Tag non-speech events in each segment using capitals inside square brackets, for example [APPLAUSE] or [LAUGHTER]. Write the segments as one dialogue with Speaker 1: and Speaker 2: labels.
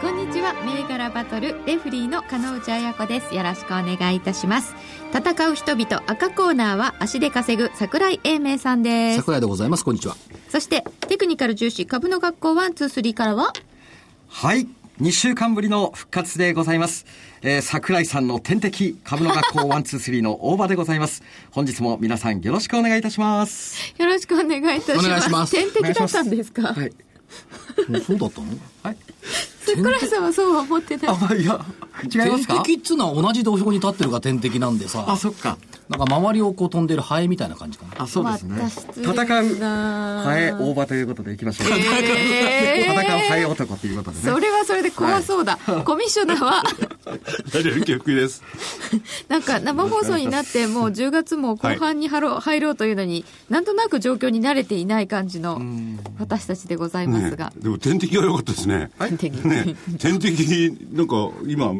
Speaker 1: こんにちは銘柄バトルレフリーの金内彩子ですよろしくお願いいたします戦う人々赤コーナーは足で稼ぐ桜井英明さんです
Speaker 2: 桜井でございますこん
Speaker 3: [LAUGHS]
Speaker 2: にちは
Speaker 1: そしてテクニカル重視株の学校ワンツースリーからは
Speaker 4: はい。2週間ぶりの復活でございます。えー、桜井さんの天敵、株の学校123の大場でございます。本日も皆さんよろしくお願いいたします。
Speaker 1: よろしくお願いいたします
Speaker 2: お願いします
Speaker 1: 天敵だったんですか
Speaker 4: はい。
Speaker 2: そうだったの
Speaker 4: はい。
Speaker 1: 桜井さんはそうは思ってない
Speaker 4: あ、いや、違いま
Speaker 2: 天
Speaker 4: すか
Speaker 2: 敵っつうのは同じ土俵に立ってるが天敵なんでさ
Speaker 4: あ、そっか。
Speaker 2: なんか周りをこう飛んでるハエみたいな感じかな
Speaker 4: あ、そうですね
Speaker 1: また失。礼
Speaker 4: 戦う、
Speaker 1: な
Speaker 4: ハエ大場ということでいきましょう。
Speaker 1: えー
Speaker 4: 戦うハエ男ということで
Speaker 1: そ
Speaker 4: ね。
Speaker 1: れはそれで怖そうだ、コミッショナーは
Speaker 3: [LAUGHS] 大丈夫逆です
Speaker 1: なんか生放送になってもう10月も後半に入ろう [LAUGHS] 入ろうというのになんとなく状況に慣れていない感じの私たちでございますが
Speaker 3: ね、えでも天敵が良かったですね
Speaker 1: 天
Speaker 4: [LAUGHS]
Speaker 1: 敵
Speaker 3: ねえ天敵なんか今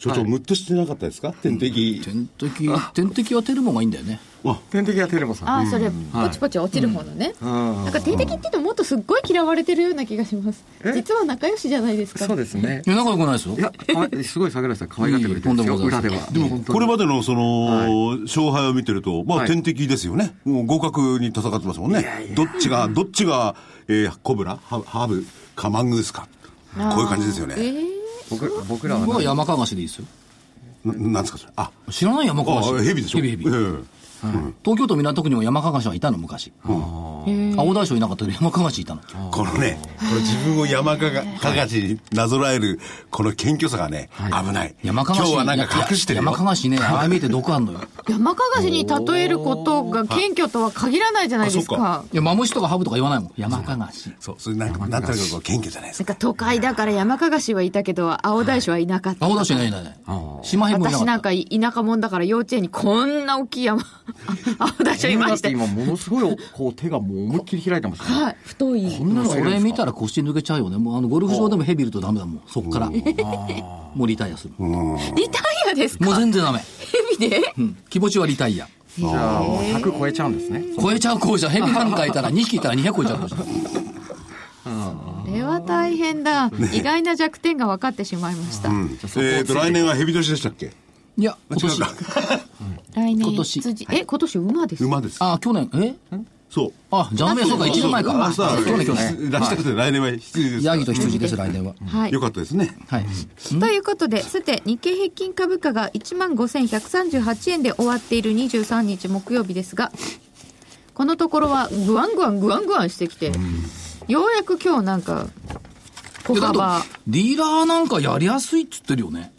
Speaker 3: 所長ムッとしてなかったですか天敵
Speaker 2: 天敵天敵はテルモがいいんだよね
Speaker 3: あ
Speaker 4: 天敵はテレモさん。
Speaker 1: ああそれポチポチ落ちる方のね、
Speaker 4: ん
Speaker 1: なんか天敵っていうともっとすっごい嫌われてるような気がします
Speaker 4: え
Speaker 1: 実は仲良しじゃないですか
Speaker 4: そうですね
Speaker 2: い。や仲良くないですよ
Speaker 4: いや、あすごい桜井さん可愛がってくれてるんですよ、
Speaker 2: いいと
Speaker 4: 裏
Speaker 2: んで
Speaker 4: で
Speaker 2: もご
Speaker 4: は。
Speaker 2: ざ
Speaker 3: でもこれまでのその、
Speaker 4: は
Speaker 3: 勝敗を見てると、ま
Speaker 4: は
Speaker 3: あ、
Speaker 4: い
Speaker 3: 天敵ですよね、もう互角に戦ってますもんねどっちがどっちが、えーコブラハハブカマングースかこういう感じですよね、
Speaker 1: えー
Speaker 4: 僕僕らは
Speaker 2: 僕は
Speaker 4: ね、
Speaker 2: 山かがしでいいですよ
Speaker 3: ななんですかそれあ
Speaker 2: 知らない山かがし
Speaker 3: あヘビでしょ
Speaker 2: ヘビヘビ
Speaker 3: ええ
Speaker 2: 東京都港区にも山かがしはいたの昔青大将いなかったけど山かがしいたの
Speaker 3: このね、この自分を山かが、かがしになぞらえる、この謙虚さがね、危ない。
Speaker 2: 山かがし
Speaker 3: 今日はなんか隠してるよ。
Speaker 2: 山かが
Speaker 3: [LAUGHS]
Speaker 2: しねああ見えて毒あんのよ
Speaker 1: 山かがしに例えることが謙虚とは限らないじゃないですか
Speaker 3: あそっ
Speaker 2: いやマムシとかハブとか言わないもん山かがし
Speaker 3: そう、それなんか、なんとなくこう謙虚じゃないです
Speaker 1: なん
Speaker 3: か。
Speaker 1: か都会だから山かがしはいたけど青大将はいなかった、
Speaker 2: 青大将いないいないいない島ヘビもいな
Speaker 1: 私
Speaker 2: か
Speaker 1: な
Speaker 2: っ
Speaker 1: んか田舎者だから幼稚園にこんな大きい [LAUGHS] 山青大将いま
Speaker 4: だっ
Speaker 1: してて
Speaker 4: 今ものすごいこう手がもう思いっきり開いてますね。
Speaker 1: はい太い
Speaker 4: こん
Speaker 2: た
Speaker 4: なのが
Speaker 2: そ
Speaker 4: いるんで
Speaker 2: れ
Speaker 4: すか
Speaker 2: 見たら腰抜けちゃうよねもうあのゴルフ場でもヘビいるとダメだもんそっからもうリタイアするも
Speaker 1: リタイアです
Speaker 2: う
Speaker 1: か
Speaker 2: 全然 [LAUGHS] ダメ
Speaker 1: 蛇で
Speaker 2: うん気持ちはリタイア
Speaker 4: じゃあもう100超えちゃうんですね。
Speaker 2: 超えちゃう子じゃヘビなんかいたら2匹いたら200超えちゃう子じゃ
Speaker 1: これは大変だ意外な弱点が分かってしまいました、
Speaker 3: えっと、来年は蛇年でしたっけ
Speaker 2: いや今年
Speaker 3: 違うか
Speaker 1: 来年
Speaker 2: 今年
Speaker 1: 羊え今年馬です
Speaker 3: 馬です。
Speaker 2: あ去年え
Speaker 3: そう。
Speaker 2: あじゃあめそうか1年前
Speaker 3: あ
Speaker 2: か
Speaker 3: そうだ
Speaker 2: 去年去
Speaker 3: 出
Speaker 2: 年
Speaker 3: したくて来年は羊です。
Speaker 2: ヤギと羊です来年は
Speaker 1: はい
Speaker 3: よかったですね。
Speaker 2: はい
Speaker 1: ということで、さて、日経平均株価が1万5138円で終わっている23日木曜日ですが、このところはぐわんぐわんぐわんぐわんしてきて、ようやく今日なんか、小
Speaker 2: でだと
Speaker 1: 幅、
Speaker 2: ディーラーなんかやりやすいっつってるよね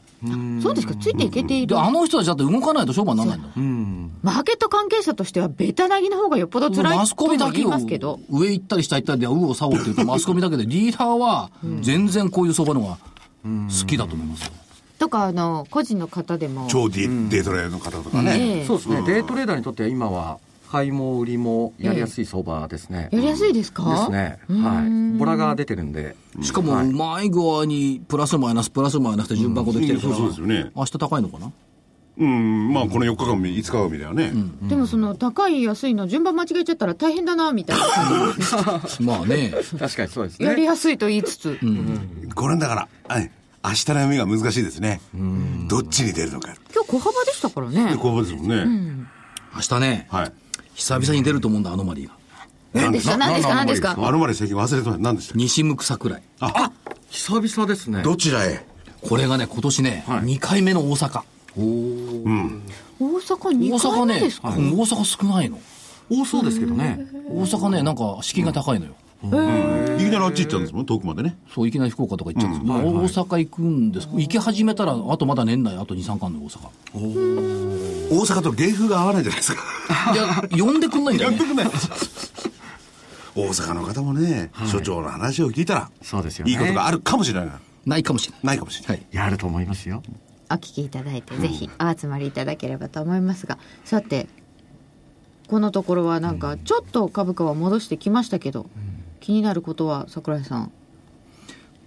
Speaker 1: そうですか、ついていけてい
Speaker 2: で
Speaker 1: る。
Speaker 2: あの人たちだって動かないと商売にならないんだ
Speaker 1: マーケット関係者としては、ベタなぎの方がよっぽど辛い
Speaker 2: マス
Speaker 1: と
Speaker 2: コ
Speaker 1: も
Speaker 2: ミだ
Speaker 1: 言
Speaker 2: け
Speaker 1: い
Speaker 2: を
Speaker 1: ますけど、
Speaker 2: 上行ったり下行ったりで、うおさおって言うと、マスコミだけで、リーダーは全然こういう相場の方が好きだと思いますよ。
Speaker 1: とか、あの、個人の方でも、
Speaker 3: 超ディデートレーの方とかね。
Speaker 1: ええ
Speaker 4: そうですね。デートレーダーにとっては今は買いも売りもやりやすい相場ですね。
Speaker 1: やりやすいです
Speaker 4: で
Speaker 1: か
Speaker 4: すね。はい。ボラが出てるんで。
Speaker 2: しかも、うまい具合に、プラスマイナス、プラスマイナスって順番ごと来てるから、
Speaker 3: うんそうそうですよね
Speaker 2: 明日高いのかな
Speaker 3: うん、まあ、この4日間、5日間みたいなね。
Speaker 1: でもその、高い安いの順番間違えちゃったら大変だな、みたいな感じ。
Speaker 2: まあね、
Speaker 4: 確かにそうです
Speaker 1: やり
Speaker 4: ね。
Speaker 1: やすいと言いつつ。
Speaker 3: これだから、はい明日の読みが難しいですね。どっちに出るのか。
Speaker 1: 今日小幅でしたからね
Speaker 3: で、。こうですもんね。
Speaker 2: 明日ね、
Speaker 3: はい。
Speaker 2: 久々に出ると思うんだ、アノマリーが。
Speaker 1: 何ですか何ですか何ですか
Speaker 3: あのまで最近忘れてました。何でしたっけ
Speaker 2: 西向く桜井。
Speaker 3: あ、
Speaker 4: 久々ですね。
Speaker 3: どちらへ
Speaker 2: これがね、今年ね、
Speaker 4: はい
Speaker 2: 2回目の大阪。大阪
Speaker 1: 大阪2回目
Speaker 2: ね、
Speaker 1: ですか
Speaker 2: うん大阪少ないの。
Speaker 4: 多そうですけどね。
Speaker 2: 大阪ね、なんか、敷居が高いのよ。
Speaker 3: いきなりあっち行っちゃうんですもん、遠くまでね。
Speaker 2: そう、いきなり福岡とか行っちゃうんですけど、大阪行くんです。行き始めたら、あとまだ年内、あと2、3巻の大阪。
Speaker 3: 大阪と芸風が合わないじゃないですか。
Speaker 2: いや、呼んでくんないんだよ、ね。
Speaker 3: 大阪の方もね、所長の話を聞いたら、
Speaker 4: そうですよね
Speaker 3: いいことがあるかもしれない。
Speaker 2: ないかもしれない。
Speaker 3: ないかもしれない。
Speaker 4: やると思いますよ。
Speaker 1: お聞きいただいてぜひお集まりいただければと思いますがさてこのところはなんかちょっと株価は戻してきましたけど、気になることは桜井さん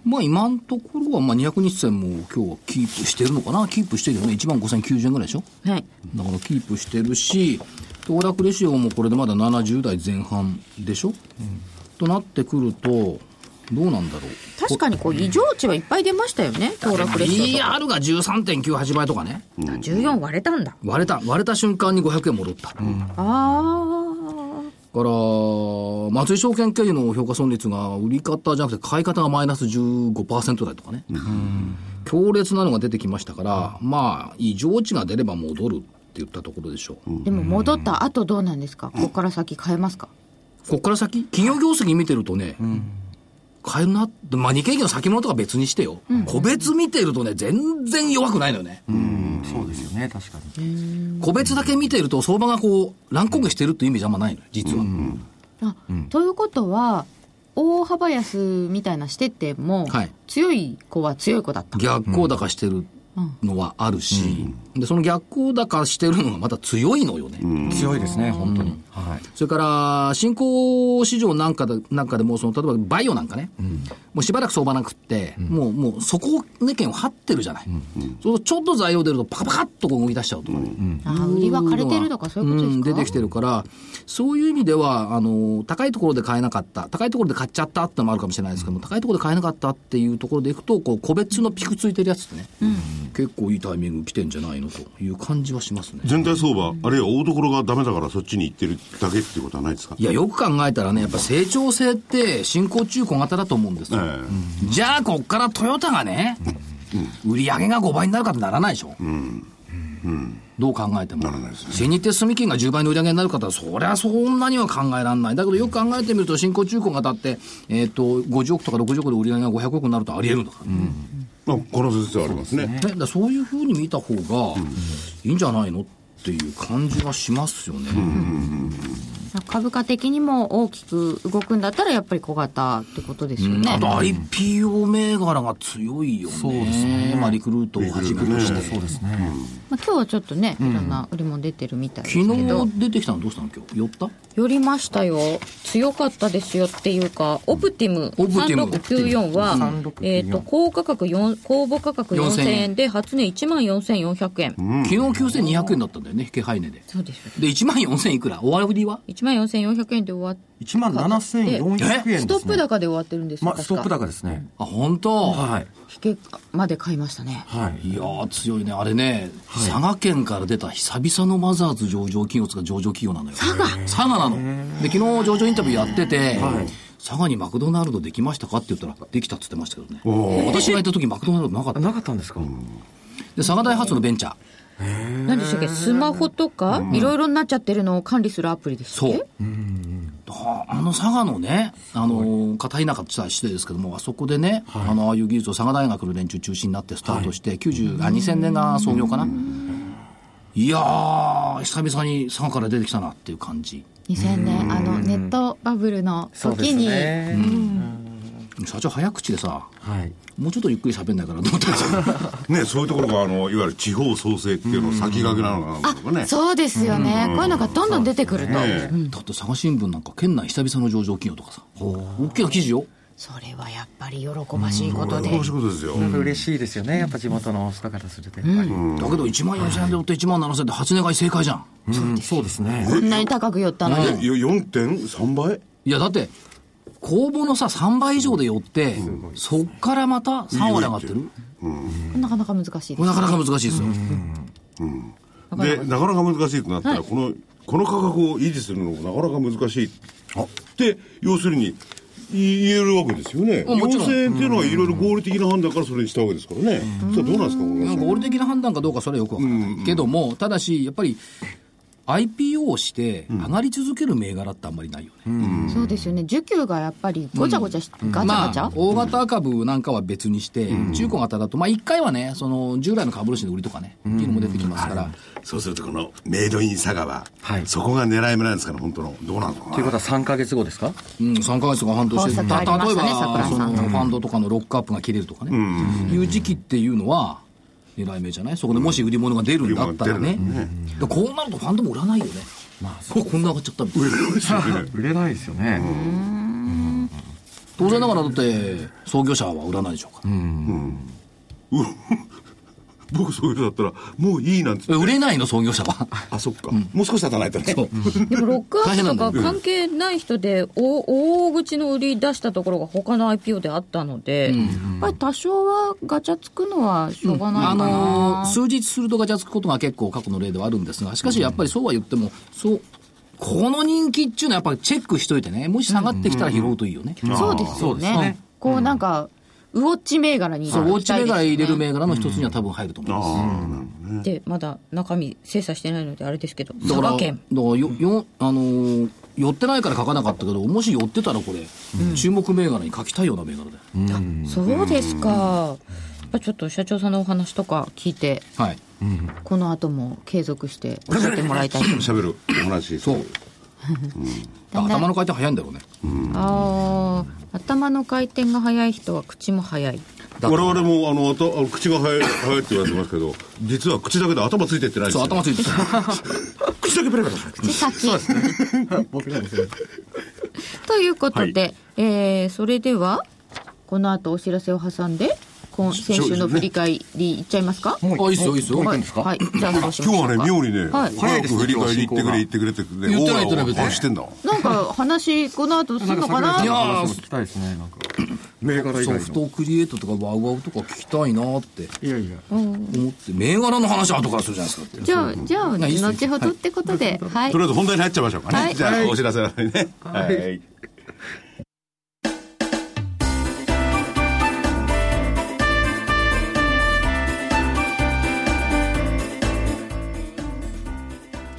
Speaker 2: まあ今のところは、まあ200日線も今日はキープしてるのかなキープしてるよね。1万5090円ぐらいでしょ
Speaker 1: はい
Speaker 2: だからキープしてるし、騰落レシオもこれでまだ70代前半でしょ、となってくると、どうなんだろう。
Speaker 1: 確かにこう異常値はいっぱい出ましたよね騰落レシオとか
Speaker 2: ER が13.98倍とかね。
Speaker 1: 14割れたんだ
Speaker 2: 割れた、割れた瞬間に500円戻った。だか
Speaker 1: あ
Speaker 2: ら、松井証券経由の評価損率が売り方じゃなくて買い方がマイナス15%台とかね。強烈なのが出てきましたから、まあ、異常値が出れば戻るって言ったところでしょう。
Speaker 1: あでも戻った後どうなんですかここから先変えますか
Speaker 2: こっから先、企業業績見てるとね、買えるなって、まあ、日経平均の先物とか別にしてよ、個別見てるとね、全然弱くないのよね。
Speaker 4: うん、そうですよね、確かに。
Speaker 2: 個別だけ見てると、相場がこう、乱高下してるっていうイメージあんまないのよ、実は。
Speaker 1: あ、ということは大幅安みたいなしてても、
Speaker 2: はい
Speaker 1: 強い子は強い子だった
Speaker 2: 逆行高してるのはあるし、で、その逆行高してるのがまた強いのよね。
Speaker 4: 強いですね、本当に。はい。
Speaker 2: それから、新興市場なんかでなんかでもその、例えばバイオなんかね、もうしばらく相場なくって、もう、もうそこをね、券を張ってるじゃない。そうするとちょっと材料出ると、パカパカっとこう動き出しちゃうとかね。
Speaker 1: あー売りは枯れてるとかそういうことですか、
Speaker 2: ん出てきてるから、そういう意味では、あの、高いところで買えなかった、高いところで買っちゃったってのもあるかもしれないですけども、高いところで買えなかったっていうところでいくと、こう、個別のピクついてるやつってね、結構いいタイミング来てんじゃないのという感じはしますね。
Speaker 3: 全体相場、あるいは大所がダメだからそっちに行ってるだけっていうことはないですか
Speaker 2: いや、よく考えたらね、やっぱ成長性って新興中古型だと思うんです
Speaker 3: え
Speaker 2: よ。
Speaker 3: え
Speaker 2: じゃあ、こっからトヨタがね、売り上げが5倍になるかってならないでしょ。どう考えても。
Speaker 3: ならないですね
Speaker 2: 新日鉄住金が10倍の売り上げになる方は、そりゃそんなには考えられない。だけど、よく考えてみると、新興中古型って、えっ、と、50億とか60億で売り上げが500億になるとあり得るんだから。ね
Speaker 3: まあ、この説はありますね。
Speaker 2: だからそういうふうに見た方がいいんじゃないのっていう感じはしますよね。
Speaker 1: 株価的にも大きく動くんだったらやっぱり小型ってことですよね、
Speaker 2: あと IPO 銘柄が強いよね。まあ、リクルートをはじめとして。
Speaker 4: そうですね。
Speaker 1: まあ、今日はちょっとねいろんな売りも出てるみたいです
Speaker 2: 昨
Speaker 1: けど、
Speaker 2: 日出てきたのどうしたの今日。寄った
Speaker 1: 寄りましたよ強かったですよっていうかオプティム
Speaker 2: オプティム
Speaker 1: 3694は、
Speaker 4: 3694
Speaker 1: えー、と高価格4公募価格4000
Speaker 2: 4000
Speaker 1: 円で初値1万4400円、
Speaker 2: 昨日9200円だったんだよね、引けハイ値で。
Speaker 1: そうですよ
Speaker 2: で、1万4000いくら終わりは
Speaker 1: 1万4400円で終わって
Speaker 4: 1万7400円ですね。
Speaker 1: ストップ高で終わってるんですよ、
Speaker 4: まあ、ストッ
Speaker 1: 確
Speaker 4: プ
Speaker 1: か
Speaker 4: 高ですね。
Speaker 2: あ、本当、
Speaker 4: はい。
Speaker 1: 引けまで買いましたね
Speaker 4: はい。
Speaker 2: いやー強いね。あれね、佐賀県から出た久々のマザーズ上場企業つか上場企業なのよ。佐賀佐賀なの。で、昨日上場インタビューやってて、佐賀にマクドナルドできましたかって言ったら、できたって言ってましたけどね。私が行った時マクドナルドなかった。で、
Speaker 4: なかったんですか
Speaker 2: 佐賀大発のベンチャー。
Speaker 1: 何でしたっけスマホとかいろいろになっちゃってるのを管理するアプリでしたっ
Speaker 2: そ
Speaker 1: け
Speaker 2: う。ああの佐賀のね、あの、片田舎って言ったら失礼ですけども、あそこでね、あの、ああいう技術を佐賀大学の連中中心になってスタートして、90、あ、2000年が創業かな。いやー、久々に佐賀から出てきたなっていう感じ。
Speaker 1: 2000年あのネットバブルの時に、
Speaker 2: 社長早口でさ、
Speaker 4: はい。
Speaker 2: もうちょっとゆっくり喋んないからと思ったんです [LAUGHS] よ。
Speaker 3: ね、そういうところが、あの、いわゆる地方創生っていうのを先駆けなのかなとかね。
Speaker 1: そうですよね、こういうのがどんどん出てくると、
Speaker 3: ねえ
Speaker 2: だって佐賀新聞なんか県内久々の上場企業とかさ、大きな記事よ。
Speaker 1: それはやっぱり喜ばしいこ
Speaker 3: ことれ
Speaker 1: で、
Speaker 3: はこういうことですよ。
Speaker 4: なんか嬉しいですよね。やっぱ地元の人からすると、やっぱり。
Speaker 2: だけど1万4000円で売って1万7000円で初値買い正解じゃん。
Speaker 4: うんそうですね。
Speaker 1: こんなに高く寄ったのに、
Speaker 3: えよ4.3倍
Speaker 2: いや、だって、公募のさ、3倍以上で寄って、そっからまた3割上がってる。
Speaker 1: なかなか難しいで
Speaker 2: な
Speaker 1: す
Speaker 2: かなか難しいですよ。
Speaker 3: で、なかなか難しいとなったら、この、この価格を維持するのもなかなか難しいって、要するに、い言えるわけですよね。
Speaker 2: あもちろん
Speaker 3: 4000円っていうのはいろいろ合理的な判断からそれにしたわけですからね。それはどうなんですか、小倉
Speaker 2: な
Speaker 3: さ
Speaker 2: んか
Speaker 3: ん
Speaker 2: 合理的な判断かどうかそれはよくわからない。けども、ただし、やっぱり、 IPO をして、上がり続ける銘柄ってあんまりないよね。
Speaker 1: そうですよね需給がやっぱりごちゃごちゃし、ガチャガチャ、
Speaker 2: まあ、大型株なんかは別にして、中古型だと、まあ、1回はね、その従来の株主の売りとかね、っていうのも出てきますから、
Speaker 3: そうするとこのメイドイン佐賀は、
Speaker 4: はい
Speaker 3: そこが狙い目なんですから本当のどうなのかな
Speaker 4: ということは3か月後ですか
Speaker 2: うん、3か月とか半年で、
Speaker 1: 工作ありま
Speaker 2: 例
Speaker 1: し
Speaker 2: え
Speaker 1: たね
Speaker 2: ば、
Speaker 1: 桜
Speaker 2: そ
Speaker 1: さ
Speaker 2: の
Speaker 1: ん
Speaker 2: ファンドとかのロックアップが切れるとかね、いう時期っていうのは、狙い目じゃないそこでもし売り物が出るんだったらね
Speaker 3: 売り。物が出る
Speaker 2: だからこうなるとファンドも売らないよね。これこんな上がっちゃったみたいな。
Speaker 4: 売れないですよね、
Speaker 2: 当然ながらだって、創業者は売らないでしょうか。
Speaker 3: 僕そういう人だったらもういいなん
Speaker 2: え
Speaker 3: て言って
Speaker 2: 売れないの、創業者は。
Speaker 3: あそっか、もう少し経たないとね
Speaker 2: そう
Speaker 1: でもロックア
Speaker 2: 大
Speaker 1: ッ
Speaker 2: 変
Speaker 1: プ
Speaker 2: なん
Speaker 1: と
Speaker 2: だ
Speaker 1: か関係ない人でお大口の売り出したところが他の IPO であったので、やっぱり多少はガチャつくのはしょうがない
Speaker 2: あ
Speaker 1: かな、
Speaker 2: のー数日するとガチャつくことが結構過去の例ではあるんですが、しかしやっぱりそうは言っても、そう、この人気っていうのはやっぱりチェックしといてね、もし下がってきたら拾うといいよね。
Speaker 1: そうですよ
Speaker 4: そう
Speaker 1: ね
Speaker 4: ですね
Speaker 1: こうなんか、ウォッチ銘柄に
Speaker 2: そう、ウォッチ銘柄入れる
Speaker 1: 銘
Speaker 2: 銘柄の一つには多分入ると思います。
Speaker 3: ああ
Speaker 1: 柄でまだ中身精査してないのであれですけど
Speaker 2: だ
Speaker 1: 佐
Speaker 2: から、
Speaker 1: 賀
Speaker 2: だから
Speaker 1: 県
Speaker 2: よ、よ、あのー寄ってないから書かなかったけど、もし寄ってたらこれ、注目銘柄に書きたいような銘柄だよ。
Speaker 1: そうですかやっぱちょっと社長さんのお話とか聞いて
Speaker 2: はい。
Speaker 1: この後も継続して教えてもらいたいと思います
Speaker 3: 喋るお話
Speaker 2: そう。
Speaker 1: だんだん
Speaker 2: 頭の回転早いんだろうね。
Speaker 1: あー頭の回転が速い人は口も速い
Speaker 2: だ
Speaker 3: 我々もあのあとあの口が早い早いって言われてますけど実は口だけで頭ついてってないで
Speaker 2: そ
Speaker 3: す
Speaker 2: う、
Speaker 3: よ
Speaker 2: 頭ついてた。
Speaker 3: 口だけペラペラされてる
Speaker 1: 口先ということで、えーそれではこの後お知らせを挟んで今先週の振り返りいっちゃいますか
Speaker 4: も
Speaker 2: あいいっすよいいっすよ
Speaker 4: もう行くんですか、
Speaker 1: はいじゃあそうしまし
Speaker 3: 今
Speaker 1: ょう
Speaker 3: 日は
Speaker 1: か
Speaker 3: ね妙にね、
Speaker 1: はい
Speaker 3: 早く振り返り行ってくれ行ってくれって
Speaker 2: 言って
Speaker 3: オー
Speaker 2: な
Speaker 3: ラ
Speaker 2: い言ってない別に
Speaker 3: をしてんだもん
Speaker 1: なんか話この後す
Speaker 4: な
Speaker 1: る
Speaker 4: ん
Speaker 1: の
Speaker 4: か
Speaker 1: かな
Speaker 4: 桜井さんの
Speaker 2: いやー
Speaker 4: 話も聞きたいですねなんか銘柄以
Speaker 2: ソ
Speaker 4: 外
Speaker 2: フ
Speaker 4: の
Speaker 2: トクリエイトとかワウワウとか聞きたいなって
Speaker 4: いやいや
Speaker 2: 思って、銘柄の話は後からするじゃないですかって。
Speaker 1: じゃあじゃあ
Speaker 2: いいっすよ
Speaker 1: 後ほどってことではい
Speaker 3: とりあえず本題に入っちゃいましょうかね、
Speaker 1: はい
Speaker 3: じゃあお知らせの方にねはい、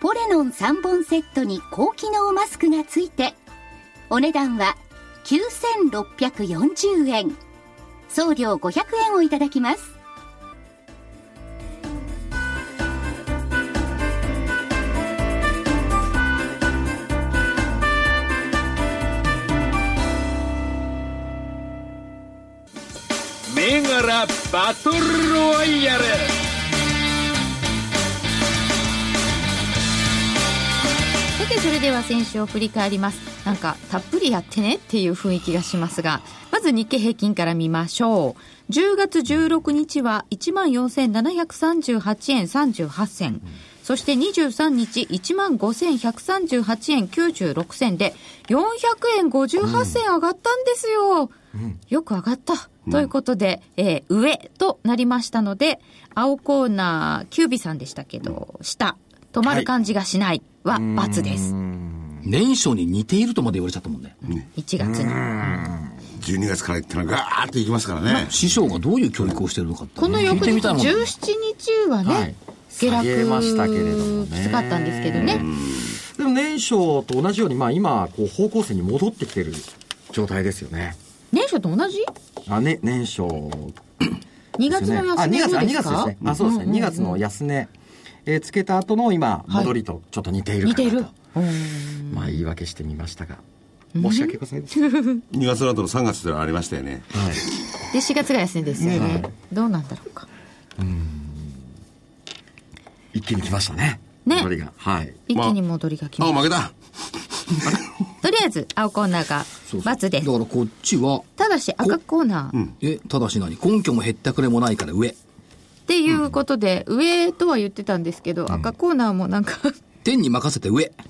Speaker 5: ポレノン3本セットに高機能マスクがついてお値段は9640円送料500円をいただきます
Speaker 6: 銘柄バトルロワイヤル
Speaker 1: さてそれでは先週を振り返りますなんかたっぷりやってねっていう雰囲気がしますがまず日経平均から見ましょう10月16日は14,738円38銭そして23日15,138円96銭で400円58銭上がったんですよ、よく上がったということで、えー上となりましたので青コーナーキュービさんでしたけど下止まる感じがしないは×です。
Speaker 2: 年初に似ているとまで言われちゃったもんね。
Speaker 1: 1月に。
Speaker 3: 12月から行ったらガーッと行きますからね
Speaker 2: 師匠がどういう教育をしてるのかって。
Speaker 1: この翌
Speaker 2: 聞いて
Speaker 1: 日
Speaker 2: みたいもん
Speaker 1: 17日はね、
Speaker 4: はい
Speaker 1: 下落
Speaker 4: 下げましたけれどもね
Speaker 1: きつかったんですけどね。
Speaker 4: でも年初と同じようにまあ今こう方向性に戻ってきてる状態ですよね
Speaker 1: 年初と同じ
Speaker 4: あね年初
Speaker 1: ?2 月の安
Speaker 4: あ
Speaker 1: 値どう
Speaker 4: 2月あ2
Speaker 1: で
Speaker 4: 月
Speaker 1: す
Speaker 4: です
Speaker 1: か
Speaker 4: ねあそうですね2月の安値えーつけた後の今、戻りとちょっと似ているかなと。
Speaker 1: 似て
Speaker 4: まあ、言い訳してみましたが。申し訳ございません。はい。
Speaker 3: 2月の後の3月ってのはありましたよね。
Speaker 1: で4月が安いですよねどうなんだろうか
Speaker 4: 一気に来ましたね。
Speaker 1: ね
Speaker 4: 戻りが。はい。
Speaker 1: 一気に戻りが来
Speaker 3: あ、
Speaker 1: ます、
Speaker 3: 負けた
Speaker 1: とりあえず青コーナーが
Speaker 2: そうそう
Speaker 1: ×です
Speaker 2: だからこっちは、
Speaker 1: ただし赤コーナーっ
Speaker 2: え、ただし何根拠も減ったくれもないから上。
Speaker 1: ていうことで、上とは言ってたんですけど、赤コーナーもなんか
Speaker 2: 天に任せて上。
Speaker 1: [LAUGHS]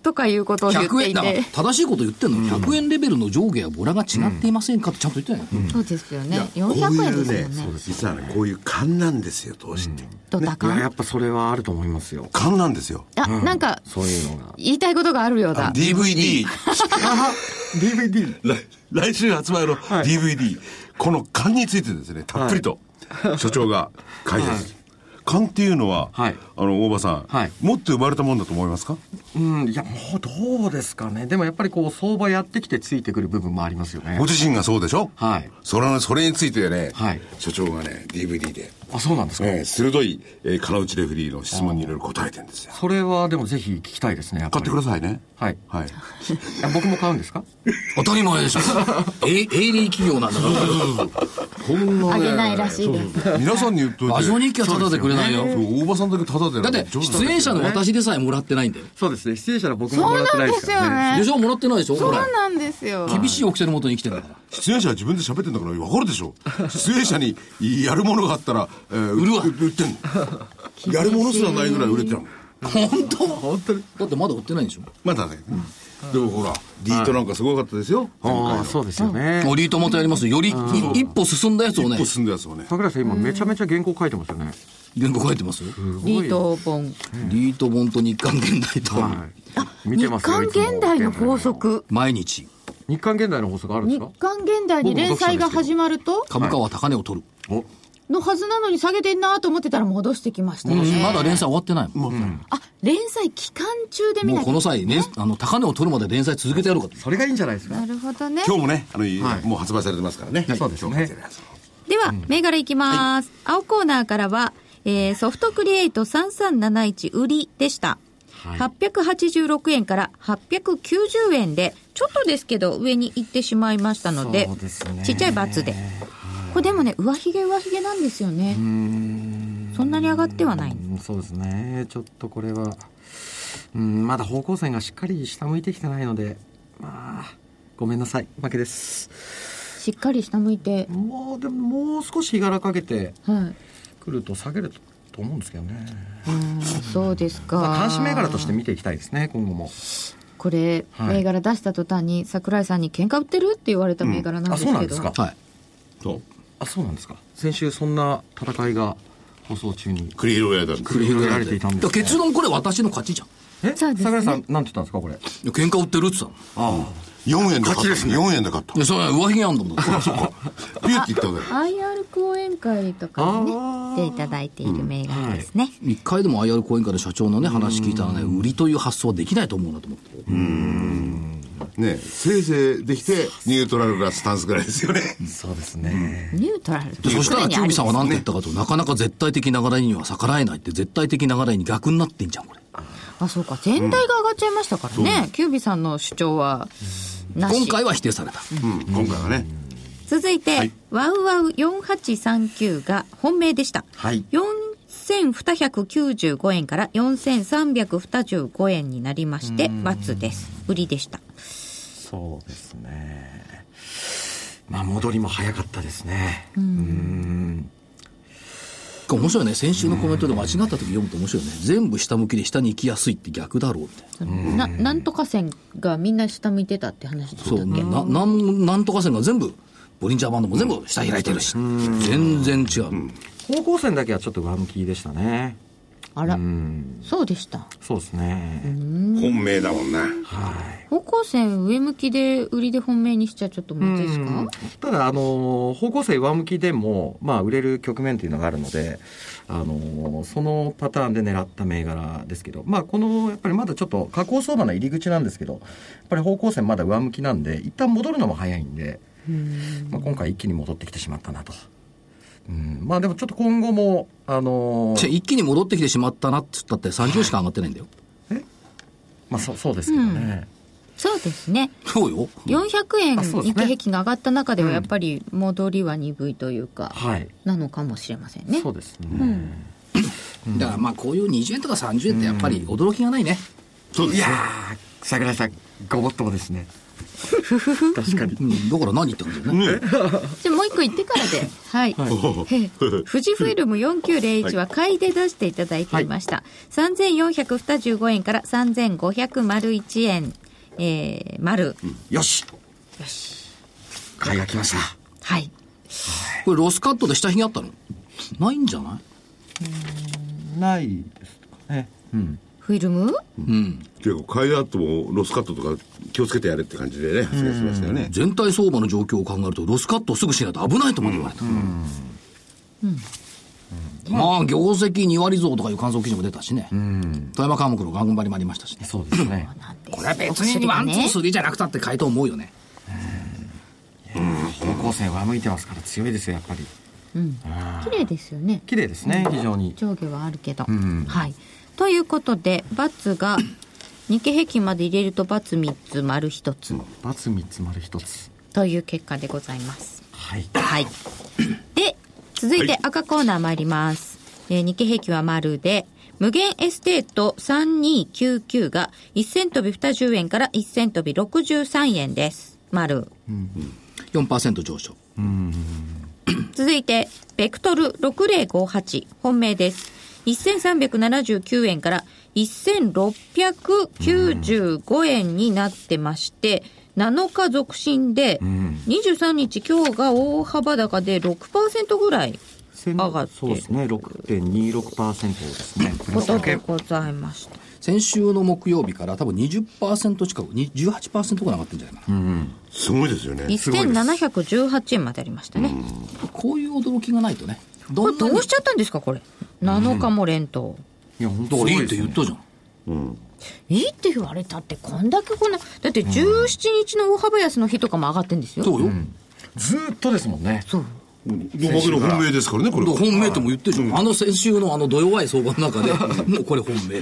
Speaker 1: とかいうことを言っ
Speaker 2: 100
Speaker 1: て
Speaker 2: 円
Speaker 1: い
Speaker 2: だから
Speaker 1: て
Speaker 2: 正しいこと言ってんの、100円レベルの上下やボラが違っていませんかってちゃんと言ってないの、
Speaker 1: そうですよね
Speaker 3: こう
Speaker 1: 400
Speaker 3: い
Speaker 1: 円で
Speaker 3: う
Speaker 1: す
Speaker 3: ね
Speaker 1: よね、
Speaker 3: 実はね、こういう勘なんですよ、投資って。
Speaker 1: ドタ
Speaker 4: い
Speaker 1: カン
Speaker 4: や、やっぱそれはあると思いますよ。
Speaker 3: 勘なんですよ。
Speaker 1: あ、なんか
Speaker 4: そういうのが。
Speaker 1: 言いたいことがあるようだ
Speaker 3: DVD。
Speaker 4: DVD。
Speaker 3: 来来週発売の DVD、この勘についてですねたっぷりと所長が解説、勘っていうのは、
Speaker 4: はい
Speaker 3: あの大場さん、
Speaker 4: はい
Speaker 3: 持って生まれたもんだと思いますか
Speaker 4: うん、いや、もうどうですかね。でもやっぱりこう、相場やってきてついてくる部分もありますよね
Speaker 3: ご。自身がそうでしょ
Speaker 4: はい
Speaker 3: それそれについてね、
Speaker 4: はい
Speaker 3: 所長がね DVD で、
Speaker 4: あ、そうなんですか。
Speaker 3: えー鋭い、えー、金内レフェリーの質問にいろいろ答えてるんですよ
Speaker 4: それはでもぜひ聞きたいですね。やぱ
Speaker 3: 買っ
Speaker 4: り
Speaker 3: てくださいね
Speaker 4: はい。
Speaker 3: はい
Speaker 4: いや僕も買うんですか
Speaker 2: 当たり前でしょえ営利企業なんだから
Speaker 3: こんな
Speaker 1: あげないらしいです
Speaker 3: 皆さんに言っといて
Speaker 2: ラジオ日記はタダでくれないよ
Speaker 3: そう大場さんだけタダで
Speaker 2: だ
Speaker 3: な
Speaker 2: って
Speaker 3: んて冗談
Speaker 2: 出演者の私でさえもらってないんだよ
Speaker 4: そうですね。出演者は僕ももらってないですからね。
Speaker 2: でしょもらってないでしょほら
Speaker 1: なんですよ
Speaker 2: 厳しい掟のもとに生きてるんだから
Speaker 3: 出演者は自分で喋ってんだから分かるでしょ出演者にやるものがあったら、えー
Speaker 2: 売るわ
Speaker 3: 売売ってんのやるものすらないぐらい売れてたの
Speaker 2: 本当本当だってまだ売ってないんでしょ
Speaker 3: まだね、でもほらリートなんかすごかったですよ、
Speaker 4: ああ、そうですよね。
Speaker 2: オリートもとやりますよよりい一歩進んだやつを
Speaker 3: 一
Speaker 2: ね
Speaker 3: 歩進んだやつをね
Speaker 4: 桜井さん今めちゃめちゃ原稿書いてますよね。
Speaker 2: 原稿書いてますよ
Speaker 1: リート本
Speaker 2: リート本と日刊現代と
Speaker 4: はい。見
Speaker 1: 日
Speaker 4: てますよ
Speaker 1: 刊現代の法。則
Speaker 2: 毎日
Speaker 4: 日刊現代の法則あるんです
Speaker 1: 日
Speaker 4: か
Speaker 1: 刊現代に連載が始まると
Speaker 2: 株価は高値を取る
Speaker 4: お
Speaker 1: のはずなのに下げてんなと思ってたら戻してきましたよね
Speaker 2: まだ連載終わってないもん
Speaker 1: あ連載期間中で見
Speaker 2: も
Speaker 1: な
Speaker 2: う
Speaker 1: き
Speaker 2: こ
Speaker 1: ゃ
Speaker 2: の際ねあの高値を取るまで連載続けてやろうかと
Speaker 4: それがいいんじゃないですか
Speaker 1: なるほどね
Speaker 3: 今日もねあの、
Speaker 4: はい
Speaker 3: もう発売されてますからね、
Speaker 4: そうですね
Speaker 3: 今日発売されてるやつ
Speaker 1: では、銘柄いきます、青コーナーからは、えーソフトクリエイト3371売りでした。
Speaker 4: はい
Speaker 1: 886円から890円で、ちょっとですけど上に行ってしまいましたので、
Speaker 4: そうですね
Speaker 1: ちっちゃい×で。これでもね、上髭上髭なんですよね。そんなに上がってはない。
Speaker 4: うんそうですね。ちょっとこれは、うん、まだ方向線がしっかり下向いてきてないので、まあ、ごめんなさい。負けです。
Speaker 1: しっかり下向いて。
Speaker 4: もう、でももう少し日柄かけて
Speaker 1: はい。
Speaker 4: くると下げるとと思うんですけどね。
Speaker 1: そうですか。
Speaker 4: まあ、監視銘柄として見ていきたいですね、今後も。
Speaker 1: これ、
Speaker 4: はい
Speaker 1: 銘柄出した途端に桜井さんに喧嘩売ってるって言われた銘柄なん
Speaker 4: あ、
Speaker 1: ですけど。
Speaker 4: そうなんですか。
Speaker 2: はい
Speaker 3: そう
Speaker 4: あ、そうなんですか。先週そんな戦いが放送中に
Speaker 3: 繰り広げられたんです
Speaker 4: 繰り広げられていたん
Speaker 2: だ
Speaker 4: で
Speaker 2: か
Speaker 4: す、
Speaker 2: ら結論これ私の勝ちじゃん
Speaker 4: え、
Speaker 1: そうですね
Speaker 4: 桜井さん、なんて言ったんですか、これ。あ
Speaker 2: いや喧嘩売ってるって言って
Speaker 4: あ。
Speaker 3: 4円で買った
Speaker 4: 勝ちですね
Speaker 3: 4円で買った
Speaker 2: たのいやそれは上髭あんだ [LAUGHS] もんだって
Speaker 3: ピューって言ったんだよ
Speaker 1: IR 講演会とかに
Speaker 4: あ
Speaker 1: ね
Speaker 4: ー
Speaker 1: 出ていただいている銘柄ですね、
Speaker 2: 一回でも IR 講演会で社長のね話聞いたらね売りという発想はできないと思うなと思って
Speaker 3: ねせいぜいできてニュートラルなスタンスぐらいですよね
Speaker 4: そうですね。
Speaker 1: ニュートラル
Speaker 2: でそしたら中美さんは何て言ったかとなかなか絶対的流れには逆らえないって絶対的流れに逆になってんじゃんこれ
Speaker 1: あそうか全体が上がっちゃいましたからね、キュービさんの主張はなし
Speaker 2: 今回は否定された
Speaker 3: うん今回はね
Speaker 1: 続いて、ワウワウ4839が本命でした、
Speaker 4: はい
Speaker 1: 4295円から4325円になりまして×です売りでした
Speaker 4: そうですね。まあ、戻りも早かったですね。うん。
Speaker 2: 面白いね先週のコメントで間違った時読むと面白いね全部下向きで下に行きやすいって逆だろうみたいな
Speaker 1: ななんとか線がみんな下向いてたって話でした
Speaker 2: そう
Speaker 1: っけ
Speaker 2: ななんなんとか線が全部ボリンジャーバンドも全部下開いてるし全然違う
Speaker 4: 方向線だけはちょっと上向きでしたね。
Speaker 1: あら
Speaker 4: うん。
Speaker 1: そうでした
Speaker 4: そうですね。
Speaker 3: 本命だもんな
Speaker 4: はい。
Speaker 1: 方向線上向きで売りで本命にしちゃちょっとまずいですか、
Speaker 4: ただ、あのー方向性上向きでも、まあ、売れる局面というのがあるので、あのーそのパターンで狙った銘柄ですけど、まあ、このやっぱりまだちょっと下降相場の入り口なんですけどやっぱり方向性まだ上向きなんで一旦戻るのも早いんで、まあ、今回一気に戻ってきてしまったなと。うんまあでもちょっと今後も、あの
Speaker 2: じゃ
Speaker 4: ー
Speaker 2: あ一気に戻ってきてしまったなって言ったって30しか上がってないんだよ。
Speaker 4: まあそそうですけどね、
Speaker 1: そうですね
Speaker 2: そうよ。
Speaker 1: 400円
Speaker 4: あそうです
Speaker 1: 日
Speaker 4: ね
Speaker 1: 経平均が上がった中ではやっぱり戻りは鈍いというか、
Speaker 4: はい、
Speaker 1: なのかもしれませんね
Speaker 4: そうですね、
Speaker 2: だからまあこういう20円とか30円ってやっぱり驚きがないね。
Speaker 3: そうですね
Speaker 4: ー桜井さんごもっとも
Speaker 1: [LAUGHS]
Speaker 4: ですね確かに
Speaker 2: うん、だから何言ってん [LAUGHS] だよね。
Speaker 3: ね
Speaker 1: じゃあもう一個言ってから
Speaker 4: [LAUGHS]
Speaker 1: ではい、ええ富士 [LAUGHS] フイルム4901は買いで出していただいていました、3425円から3501円えー、丸
Speaker 4: よし買いが来ました
Speaker 1: はい
Speaker 2: これロスカットで下髭あったのないんじゃない
Speaker 4: ないですかねうん
Speaker 1: フィルム
Speaker 2: うん。
Speaker 3: 結構買いだともロスカットとか気をつけてやれって感じでね発言しましたよね
Speaker 2: 全体相場の状況を考えると、ロスカットをすぐしないと危ないとまで言われた。まあ、業績2割増とかいう観測記事も出たしね。富山科目の頑張りもありましたしね。
Speaker 4: そうですね
Speaker 2: これは別にワン、ツー、スリーじゃなくたって買いと思うよね。
Speaker 4: 方向性上向いてますから強いですよやっぱり
Speaker 1: 綺麗ですよね
Speaker 4: 綺麗ですね非常に
Speaker 1: 上下はあるけど、
Speaker 4: ん
Speaker 1: はいということでバツが日経平均まで入れるとバツ3つ丸1つ
Speaker 4: バツ3つ丸1つ
Speaker 1: という結果でございます
Speaker 4: はい
Speaker 1: はいで続いて赤コーナー参ります、えー日経平均は丸で無限エステート3299が1000飛び20円から1000飛び63円です丸
Speaker 2: 4%上昇。
Speaker 1: 続いて、ベクトル6058、本命です。1379円から1695円になってまして、7日続伸で、23日今日が大幅高で6%ぐらい上がって
Speaker 4: そうですね6.26%ですねこれ
Speaker 1: こと
Speaker 4: だ
Speaker 1: で
Speaker 4: け
Speaker 1: ございました。
Speaker 2: 先週の木曜日から多分20%近く、に18%ぐらい上がってるんじゃないかな。
Speaker 3: すごいですよね
Speaker 1: 1718円までありましたね。
Speaker 2: こういう驚きがないとね。
Speaker 1: こ
Speaker 2: ど
Speaker 1: れ
Speaker 2: んな
Speaker 1: ど
Speaker 2: に
Speaker 1: うしちゃったんですか、これ。7日も連投。
Speaker 4: いや本
Speaker 2: だからいい
Speaker 4: すご
Speaker 2: って
Speaker 4: です
Speaker 2: 言
Speaker 4: ね
Speaker 2: ったじゃん。
Speaker 1: いいって言われたって、こんだけこんな、だって17日の大幅安の日とかも上がってんですよ。
Speaker 2: そうよ。
Speaker 4: ずーっとですもんね
Speaker 1: そう。
Speaker 3: おまけの本命ですからねこれ
Speaker 2: だ
Speaker 3: は
Speaker 2: から本命とも言ってるじゃん。あの先週のあのど弱い相場の中で、もうこれ本命。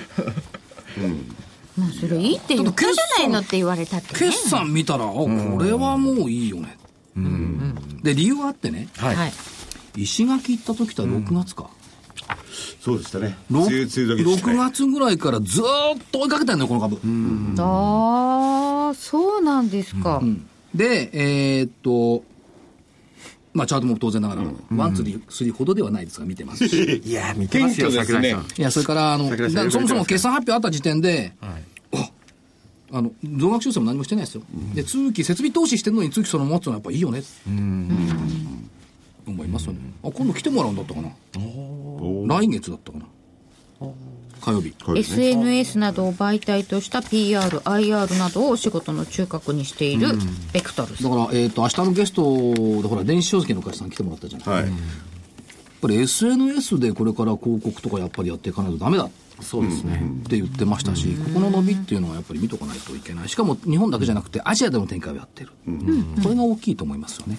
Speaker 1: まあそれいいって言ったじゃないのって言われたってね。
Speaker 2: 決算見たら、あこれはもういいよね。で、理由はあってね、
Speaker 4: は
Speaker 1: はい。
Speaker 2: 石垣行った時とは6月か。
Speaker 3: そうでしたね梅雨梅雨時ですね
Speaker 2: 6月ぐらいからずーっと追いかけてんのよ、この株。
Speaker 1: ああ、そうなんですか。
Speaker 2: で、えーっと、まあ、チャートも当然ながら、ワン、ツー、スリーほどではないですが、見てますし。
Speaker 4: いや見てますよ
Speaker 3: 謙虚
Speaker 4: 桜
Speaker 3: で
Speaker 4: 井
Speaker 3: す
Speaker 4: さ
Speaker 3: ね
Speaker 4: ん
Speaker 2: いや、それから、あの、
Speaker 4: 桜井さん
Speaker 2: だそもそも
Speaker 4: 喜んで
Speaker 2: 決
Speaker 4: ます
Speaker 2: 算発表あった時点で、
Speaker 4: はい
Speaker 2: あの、増額修正も何もしてないですよ。で、通期、設備投資してるのに通期そのままっていうのはやっぱいいよね。思いますよね。あ、今度来てもらうんだったかな。来月だったかな。火曜日。
Speaker 3: これね
Speaker 1: SNS などを媒体とした PR、IR などをお仕事の中核にしているベクトル
Speaker 2: だ
Speaker 1: さん。
Speaker 2: から、えっ、と、明日のゲストで、ほら、電子書籍のお客さん来てもらったじゃない。やっ
Speaker 3: はい
Speaker 2: ぱり SNS でこれから広告とかやっぱりやっていかないとダメだっ
Speaker 4: そうですね
Speaker 2: て言ってましたし、ここの伸びっていうのはやっぱり見とかないといけない。しかも、日本だけじゃなくて、アジアでも展開をやってる。これが大きいと思いますよね。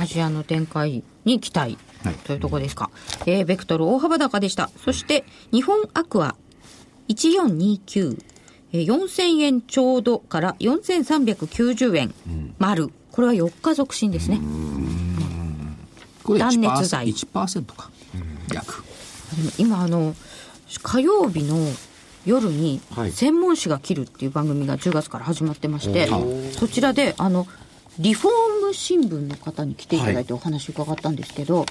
Speaker 1: アジアの展開に期待
Speaker 2: はい
Speaker 1: というところですか。えーベクトル大幅高でした。そして、日本アクア1429、えー4000円ちょうどから4390円、丸。これは4日続伸ですね。
Speaker 2: これ
Speaker 1: 断
Speaker 2: 1%,
Speaker 1: 熱材
Speaker 2: 1%か。約。
Speaker 1: でも今あの火曜日の夜に
Speaker 4: はい
Speaker 1: 専門誌が切るっていう番組が10月から始まってまして、そちらであのリフォーム新聞の方に来ていただいてお話伺ったんですけど、やっ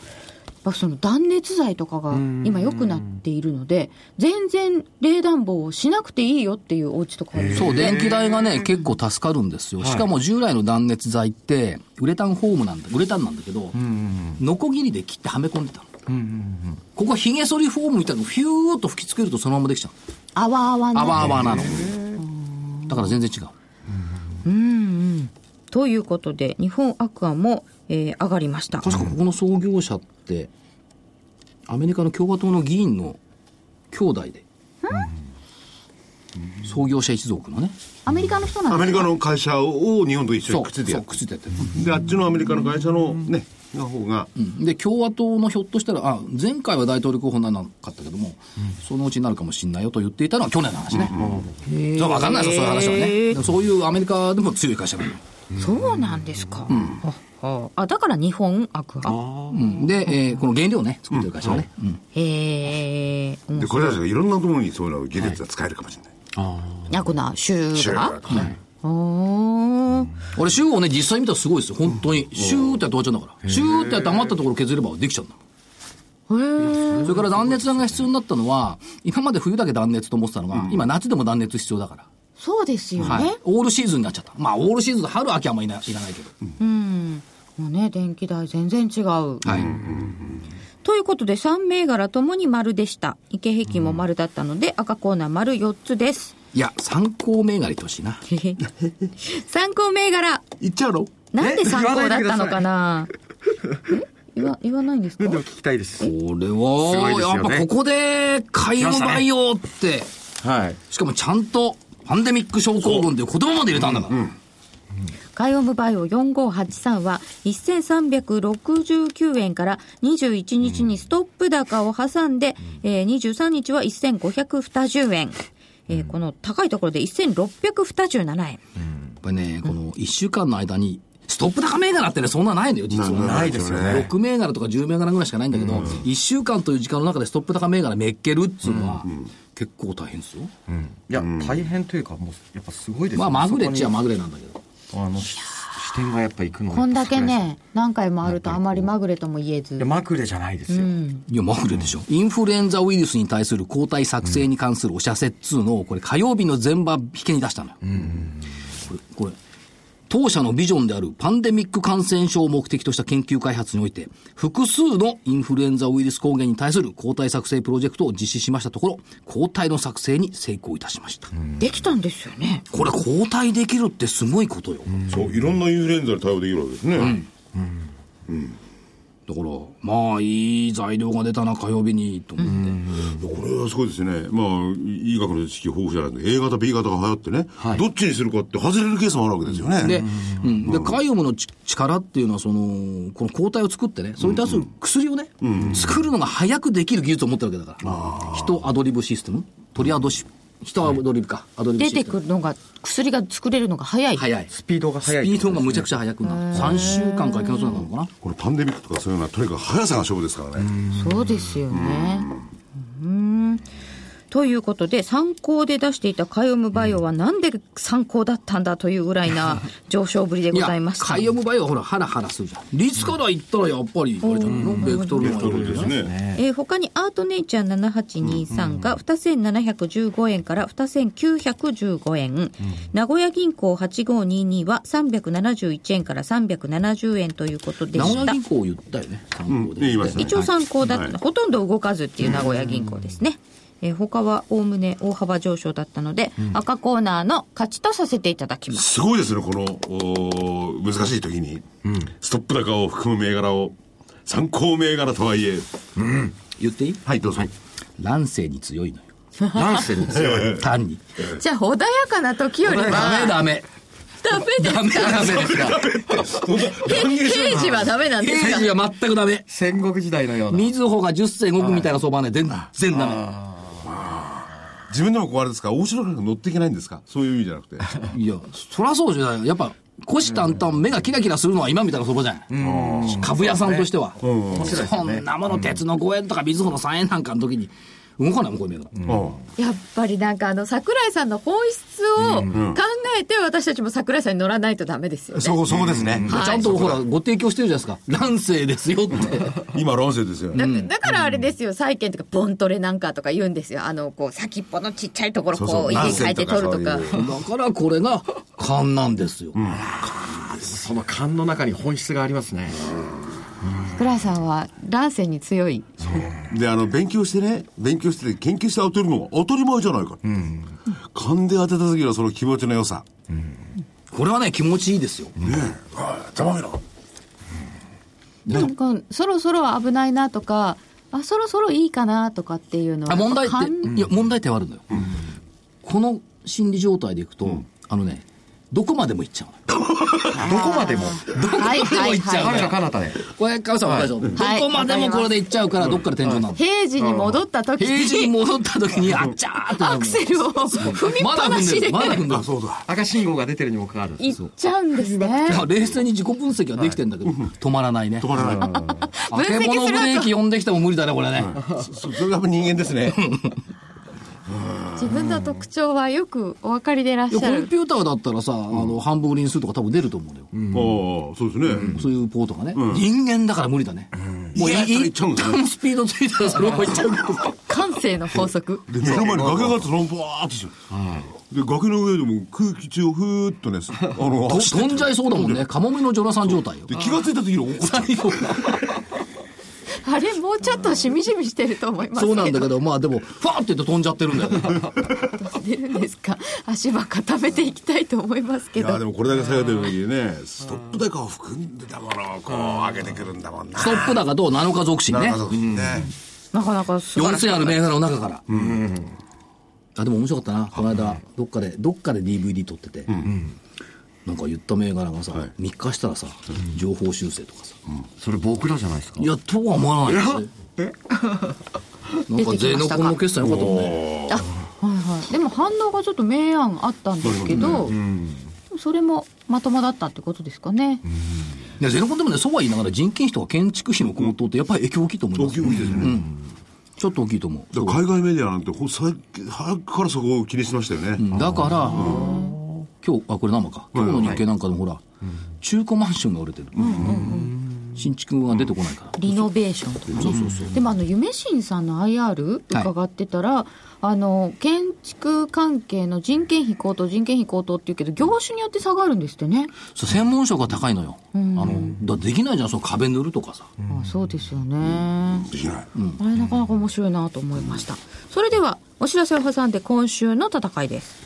Speaker 1: ぱその断熱材とかが今良くなっているので全然冷暖房をしなくていいよっていうお家とかあるんです
Speaker 2: そう、電気代がね、結構助かるんですよ。しかも従来の断熱材って、ウレタンフォームなんだ、ウレタンなんだけど、ノコギリで切ってはめ込んでたの。ここヒゲ剃りフォームみたいなのフューッと吹きつけるとそのままできちゃう。
Speaker 1: 泡泡
Speaker 2: あ
Speaker 1: な
Speaker 2: わあわなの。だから全然違う。
Speaker 1: ということで日本アクアも、えー上がりました
Speaker 2: 確かここの創業者って、アメリカの共和党の議員の兄弟で、創業者一族のね。
Speaker 1: アメリカの人なん
Speaker 3: ア
Speaker 1: で
Speaker 3: メ
Speaker 1: す
Speaker 3: リ
Speaker 1: か
Speaker 3: カの会社を日本と一緒
Speaker 2: そう
Speaker 3: に、くっついて
Speaker 2: そ
Speaker 3: や
Speaker 2: う、
Speaker 3: る
Speaker 2: くっついてやってる。
Speaker 3: であっちのアメリカの会社のねな方が、
Speaker 2: うんで共和党のひょっとしたらあ前回は大統領候補にならなかったけども、そのうちになるかもしれないよと言っていたのは去年の話ね、それは分かんないですよそういう話はねでもそういうアメリカでも強い会社なのよ
Speaker 1: そうなんですか、あああだから日本アクア
Speaker 2: うんで、えーこの原料をね作ってる会社はね、うん
Speaker 1: へえ
Speaker 3: でこれたちがいろんなところにそういうのを技術は使えるかもしれない、
Speaker 1: ヤクナシュ
Speaker 3: シ
Speaker 1: ー
Speaker 3: ュ
Speaker 1: ラ
Speaker 3: ー
Speaker 1: ーおー
Speaker 2: 俺州をね実際見たらすごいですよ本当に、シューってやって終わっちゃうんだからシューってやって余ったところ削ればできちゃうんだそれから断熱材が必要になったのは今まで冬だけ断熱と思ってたのが、今夏でも断熱必要だから
Speaker 1: そうですよね、
Speaker 2: はい、オールシーズンになっちゃった。まあ、オールシーズン、春、秋はあんまいないいらないけど。
Speaker 1: うんもうね電気代全然違う、ということで3銘柄ともに丸でした日経平均も丸だったので、赤コーナー丸4つです
Speaker 2: いや、参考銘柄いってほしいな。
Speaker 1: 参考銘柄
Speaker 3: 行っちゃうの
Speaker 1: なんで参考だったのかなえ言わ言わないんですか
Speaker 4: でも聞きたいです。
Speaker 2: これ
Speaker 4: すご
Speaker 2: は、
Speaker 4: いです
Speaker 2: やっ
Speaker 4: よ
Speaker 2: ぱ
Speaker 4: ね
Speaker 2: ここで、買いの培養って、
Speaker 4: はい。
Speaker 2: しかもちゃんと、パンデミック症候群っていう言葉まで入れたんだから。
Speaker 1: ガイオムバイオ4583は1369円から21日にストップ高を挟んで、えー23日は1520円、えーこの高いところで1627円、
Speaker 2: やっぱりね、この1週間の間に、ストップ高銘柄ってね、そんなないのよ、実は。
Speaker 4: ないですよね。
Speaker 2: 6銘柄とか10銘柄ぐらいしかないんだけど、1週間という時間の中でストップ高銘柄めっけるっつうのは、結構大変ですよ。
Speaker 4: いや、大変というか、もう、やっぱすごいですね
Speaker 2: まあ、まぐれっちゃ
Speaker 4: そ
Speaker 2: まぐれなんだけど。
Speaker 4: こにあの、し視点がやっぱ行くのが
Speaker 1: こんだけ。ね何回もあるとあまりまぐれとも言え
Speaker 4: いや
Speaker 1: ず
Speaker 4: まぐれじゃないですよ。
Speaker 2: いや、まぐれでしょ。インフルエンザウイルスに対する抗体作成に関するお知らせっつうのを、これ火曜日の前場引けに出したのよ。これ、これ、当社のビジョンであるパンデミック感染症を目的とした研究開発において、複数のインフルエンザウイルス抗原に対する抗体作成プロジェクトを実施しましたところ、抗体の作成に成功いたしました。
Speaker 1: できたんですよね
Speaker 2: これ抗体できるってすごいことよ。
Speaker 3: そういろんなインフルエンザに対応できるわけですね、
Speaker 2: だから、まあ、いい材料が出たな、火曜日に、と思って。
Speaker 3: これはすごいですね、まあ、医学の知識豊富じゃないですか A 型 B 型が流行ってね、どっちにするかって外れるケースもあるわけですよね、
Speaker 2: で、うん、で、カイウムのち力っていうのは、その、この抗体を作ってね、それに対する薬をね、作るのが早くできる技術を持ってるわけだから。人アドリブシステム鳥アドシ、人アドリブか、アドリブ
Speaker 1: 出
Speaker 2: システ
Speaker 1: て
Speaker 2: ム。
Speaker 1: くるのが薬が作れるのが早い
Speaker 2: 早い。
Speaker 4: スピードが速い。
Speaker 2: スピードがむちゃくちゃ速くなる。3週間からいけなそうなのかな。
Speaker 3: これパンデミックとかそういうのはとにかく速さが勝負ですからね、
Speaker 1: そうですよねうんということで参考で出していたカイオムバイオはなんで参考だったんだというぐらい [LAUGHS] な上昇ぶりでございました
Speaker 2: カイウムバイオはほら、ハラハラするじゃん。リスから言ったらやっぱり、あれじゃないのベクトルの
Speaker 3: ということですね
Speaker 1: えー他にアートネイチャー7823が2715円から2915円、名古屋銀行8522は371円から370円ということで
Speaker 2: 名
Speaker 1: し
Speaker 2: 古
Speaker 1: た
Speaker 2: 屋銀行言ったよね、参考で。
Speaker 3: ね言いましたね
Speaker 1: 一応参考だった、
Speaker 3: はい
Speaker 1: ほとんど動かずっていう名古屋銀行ですね、えー他はおおむね大幅上昇だったので、赤コーナーの勝ちとさせていただきます
Speaker 3: すごいですねこのおー難しい時に、ストップ高を含む銘柄を参考銘柄とはいえ
Speaker 2: 言っていい
Speaker 3: はいどうぞ、
Speaker 2: 乱世に強いのよ。 [LAUGHS]
Speaker 4: なんせですよ。
Speaker 2: 単に。
Speaker 1: じゃあ穏やかな時よりは
Speaker 2: ダメダメ。
Speaker 1: ダメです
Speaker 2: ダメダメですから。
Speaker 1: 刑事はダメなんです
Speaker 2: 平時は全くダメ。
Speaker 4: 戦国時代のような。
Speaker 2: みずほが10銭動くみたいな相場はね、全然ダ
Speaker 3: 自分でもこうあれですか大城価格乗っていけないんですかそういう意味じゃな [LAUGHS] くて
Speaker 2: メ。いや、そらそうじゃない。やっぱ、虎視眈々、目がキラキラするのは今みたいな相場じゃない。株屋さんとしては。そんなもの、鉄の5円とか、みずほの3円なんかの時に、動かないもん、こういう銘柄。
Speaker 3: うん
Speaker 1: やっぱりなんかあの桜井さんの本質を考えて私たちも桜井さんに乗らないとダメですよね、
Speaker 3: そこそこですね、
Speaker 2: ちゃんとほら、ご提供してるじゃないですか。乱世ですよって。
Speaker 3: 今論説ですよ、ね
Speaker 1: だだからあれですよ、債券とかボントレなんかとか言うんですよ。あの、こう、先っぽのちっちゃいところ、
Speaker 3: そう
Speaker 1: こ
Speaker 3: そう
Speaker 1: う、入れ替えて取ると
Speaker 3: ナ
Speaker 1: か
Speaker 3: ンセン。と
Speaker 2: だからこれが、勘なんですよ。
Speaker 4: その勘の中に本質がありますね。
Speaker 1: 桜井さんは乱世に強い。
Speaker 3: であの勉強してね勉強して研究して当てるのは当たり前じゃないか、勘で当てた時のその気持ちの良さ、
Speaker 2: これはね、気持ちいいですよ。
Speaker 3: 頭見ろ
Speaker 1: なんか、そろそろ危ないなとか、あ、そろそろいいかなとかっていうのは。
Speaker 2: あ問題
Speaker 1: 勘
Speaker 2: 点いや問題点はあるのよ、この心理状態でいくと、あのねどこまでも行っちゃうの
Speaker 4: どこまでも
Speaker 2: どこまでも行っちゃうの
Speaker 4: 彼
Speaker 2: よ
Speaker 4: が彼方で
Speaker 2: これ、川さんわかるでしょ、
Speaker 1: はい
Speaker 2: どこまでもこれで行っちゃうから、どっから天井になるの。
Speaker 1: 平時に戻った時
Speaker 2: 平時に
Speaker 1: に
Speaker 2: 戻った時に、あっちゃーってなるの。
Speaker 1: アクセルを踏みっ
Speaker 2: まだ
Speaker 1: ぱな
Speaker 2: 踏ん
Speaker 1: し
Speaker 2: で
Speaker 1: で
Speaker 2: る。まだ踏んでる。
Speaker 7: そうだ。
Speaker 4: 赤信号が出てるにもかかわらず
Speaker 1: 行っちゃうんですね
Speaker 2: いや冷静に自己分析はできてんだけど、止まらないね。
Speaker 7: 止まらない。
Speaker 2: あけぼのブレーキ呼んできても無理だね、これね。
Speaker 7: そそれが人間ですね。
Speaker 1: 自分の特徴はよくお分かりでいらっ
Speaker 2: いや
Speaker 1: し
Speaker 2: コ
Speaker 1: ゃ
Speaker 2: ン
Speaker 1: る
Speaker 2: ピューターだったらさ、あの、半分グリーンするとか多分出ると思うんだよ。
Speaker 3: ああ、そうですね。
Speaker 2: そういうポートがね。人間だから無理だね。もう
Speaker 7: いやいやいっ
Speaker 2: 一
Speaker 7: ちゃうんだね
Speaker 2: 旦スピードついたらそのまま行っちゃうから。
Speaker 1: 感性の法則
Speaker 3: で、目の前に崖があって、そのままバーってしよう。で、崖の上でも空気中をふーっとね、あの、
Speaker 2: と
Speaker 3: 走って
Speaker 2: 飛んじゃいそうだもんね。 [LAUGHS] カモメのジョナサン状態よ
Speaker 3: で、。気がついた時に怒っちゃう。
Speaker 2: 最後
Speaker 1: [LAUGHS] あれもうちょっとしみじみしてると思いますけど
Speaker 2: そうなんだけど、まあでも、ファーって言って飛んじゃってる [LAUGHS] んだよね。
Speaker 1: 出るんですか足は固めていきたいと思います
Speaker 3: い
Speaker 1: けど
Speaker 3: やーでもこれだけ下げてる時にね、ストッ
Speaker 7: トップ高を含んでたものをこう上げてくるんだもんな。
Speaker 2: ストップ高と7日続進ね
Speaker 7: な。るほどね。
Speaker 1: なかなか素晴らしい
Speaker 2: 4000ある銘柄の中から。あ、でも面白かったな。この間、どっかで、どっかで DVD 撮ってて。なんか言った銘柄がさ、3日したらさ、情報修正とかさ。
Speaker 4: それ僕らじゃないですか
Speaker 2: いや、とは思わないですね。なんか税のコンの決算良かったもんね。
Speaker 1: はいはい、でも反応がちょっと明暗あったんですけど、それもまともだったってことですかね、
Speaker 2: いや、ゼノコンでもね、そうは言いながら人件費とか建築費の高騰ってやっぱり影響大きいと思います。
Speaker 3: プ大きいですね。
Speaker 2: ちょっと大きいと思う。
Speaker 3: だから海外メディアなんて、ほ最早くからそこを気にしてましたよね。
Speaker 2: うんだから、今日、あ、これ生か。今日の日経なんかのほら、中古マンションが売れてる。新築が出てこないから。
Speaker 1: リノベーションとかねでもあの夢新さんの IR 伺ってたら、あの建築関係の人件費高騰人件費高騰っていうけど業種によって下があるんですってね、
Speaker 2: そう専門職が高いのよ。あの、だできないじゃん、その壁塗るとかさ。
Speaker 1: あそうですよね、
Speaker 3: できない。
Speaker 1: あれなかなか面白いなと思いましたそれではお知らせを挟んで今週の戦いです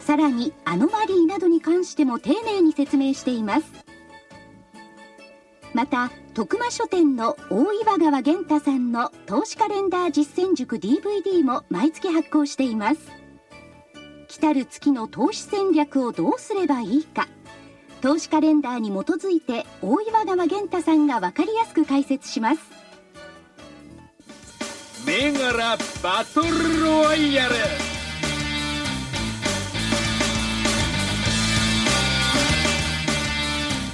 Speaker 5: さらにアノマリーなどに関しても丁寧に説明していますまた徳間書店の大岩川源太さんの投資カレンダー実践塾 DVD も毎月発行しています来たる月の投資戦略をどうすればいいか投資カレンダーに基づいて大岩川源太さんが分かりやすく解説します
Speaker 6: 銘柄バトルロワイヤル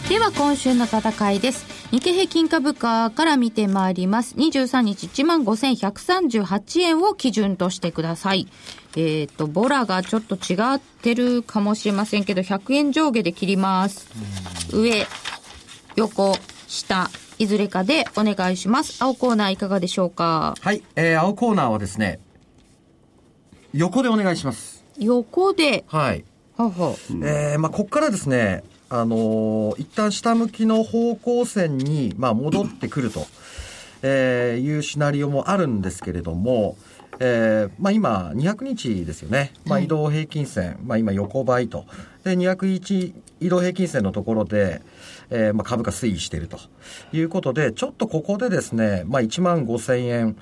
Speaker 1: では今週の戦いです。日経平均株価から見てまいります。23日15,138円を基準としてください。えっ、と、ボラがちょっと違ってるかもしれませんけど、100円上下で切ります。上、横、下、いずれかでお願いします。青コーナーいかがでしょうか
Speaker 4: はい、えー、青コーナーはですね横でお願いします
Speaker 1: 横で、
Speaker 4: はい
Speaker 1: ほうほう。
Speaker 4: えーまあ、ここからですね、あのー一旦下向きの方向線に、まあ、戻ってくると、えーいうシナリオもあるんですけれども、えーまあ、今、200日ですよね、まあ、移動平均線、まあ、今、横ばいと、で201移動平均線のところで、えーまあ、株価推移しているということで、ちょっとここでですね、まあ、1万5000円、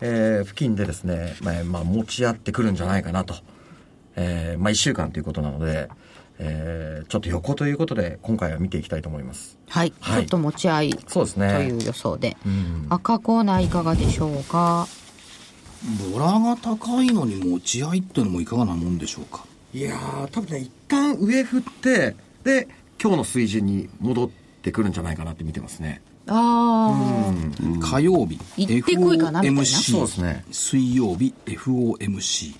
Speaker 4: えー付近でですね、まあまあ、持ち合ってくるんじゃないかなと。えーまあ、1週間ということなので、えーちょっと横ということで今回は見ていきたいと思います
Speaker 1: はい。ち
Speaker 4: はい
Speaker 1: ょっと持ち合い
Speaker 4: そうです
Speaker 1: と
Speaker 4: ね
Speaker 1: いう予想で。赤コーナーいかがでしょうか
Speaker 2: ボラが高いのに持ち合いってのもいかがなもんでしょうか。
Speaker 4: いやー多分ね一旦上振ってで今日の水準に戻ってくるんじゃないかなって見てますね
Speaker 1: ああ、
Speaker 2: 火曜日、
Speaker 1: 行ってこいかなみたいな
Speaker 2: FOMC
Speaker 4: そうですね
Speaker 2: 水曜日、FOMC、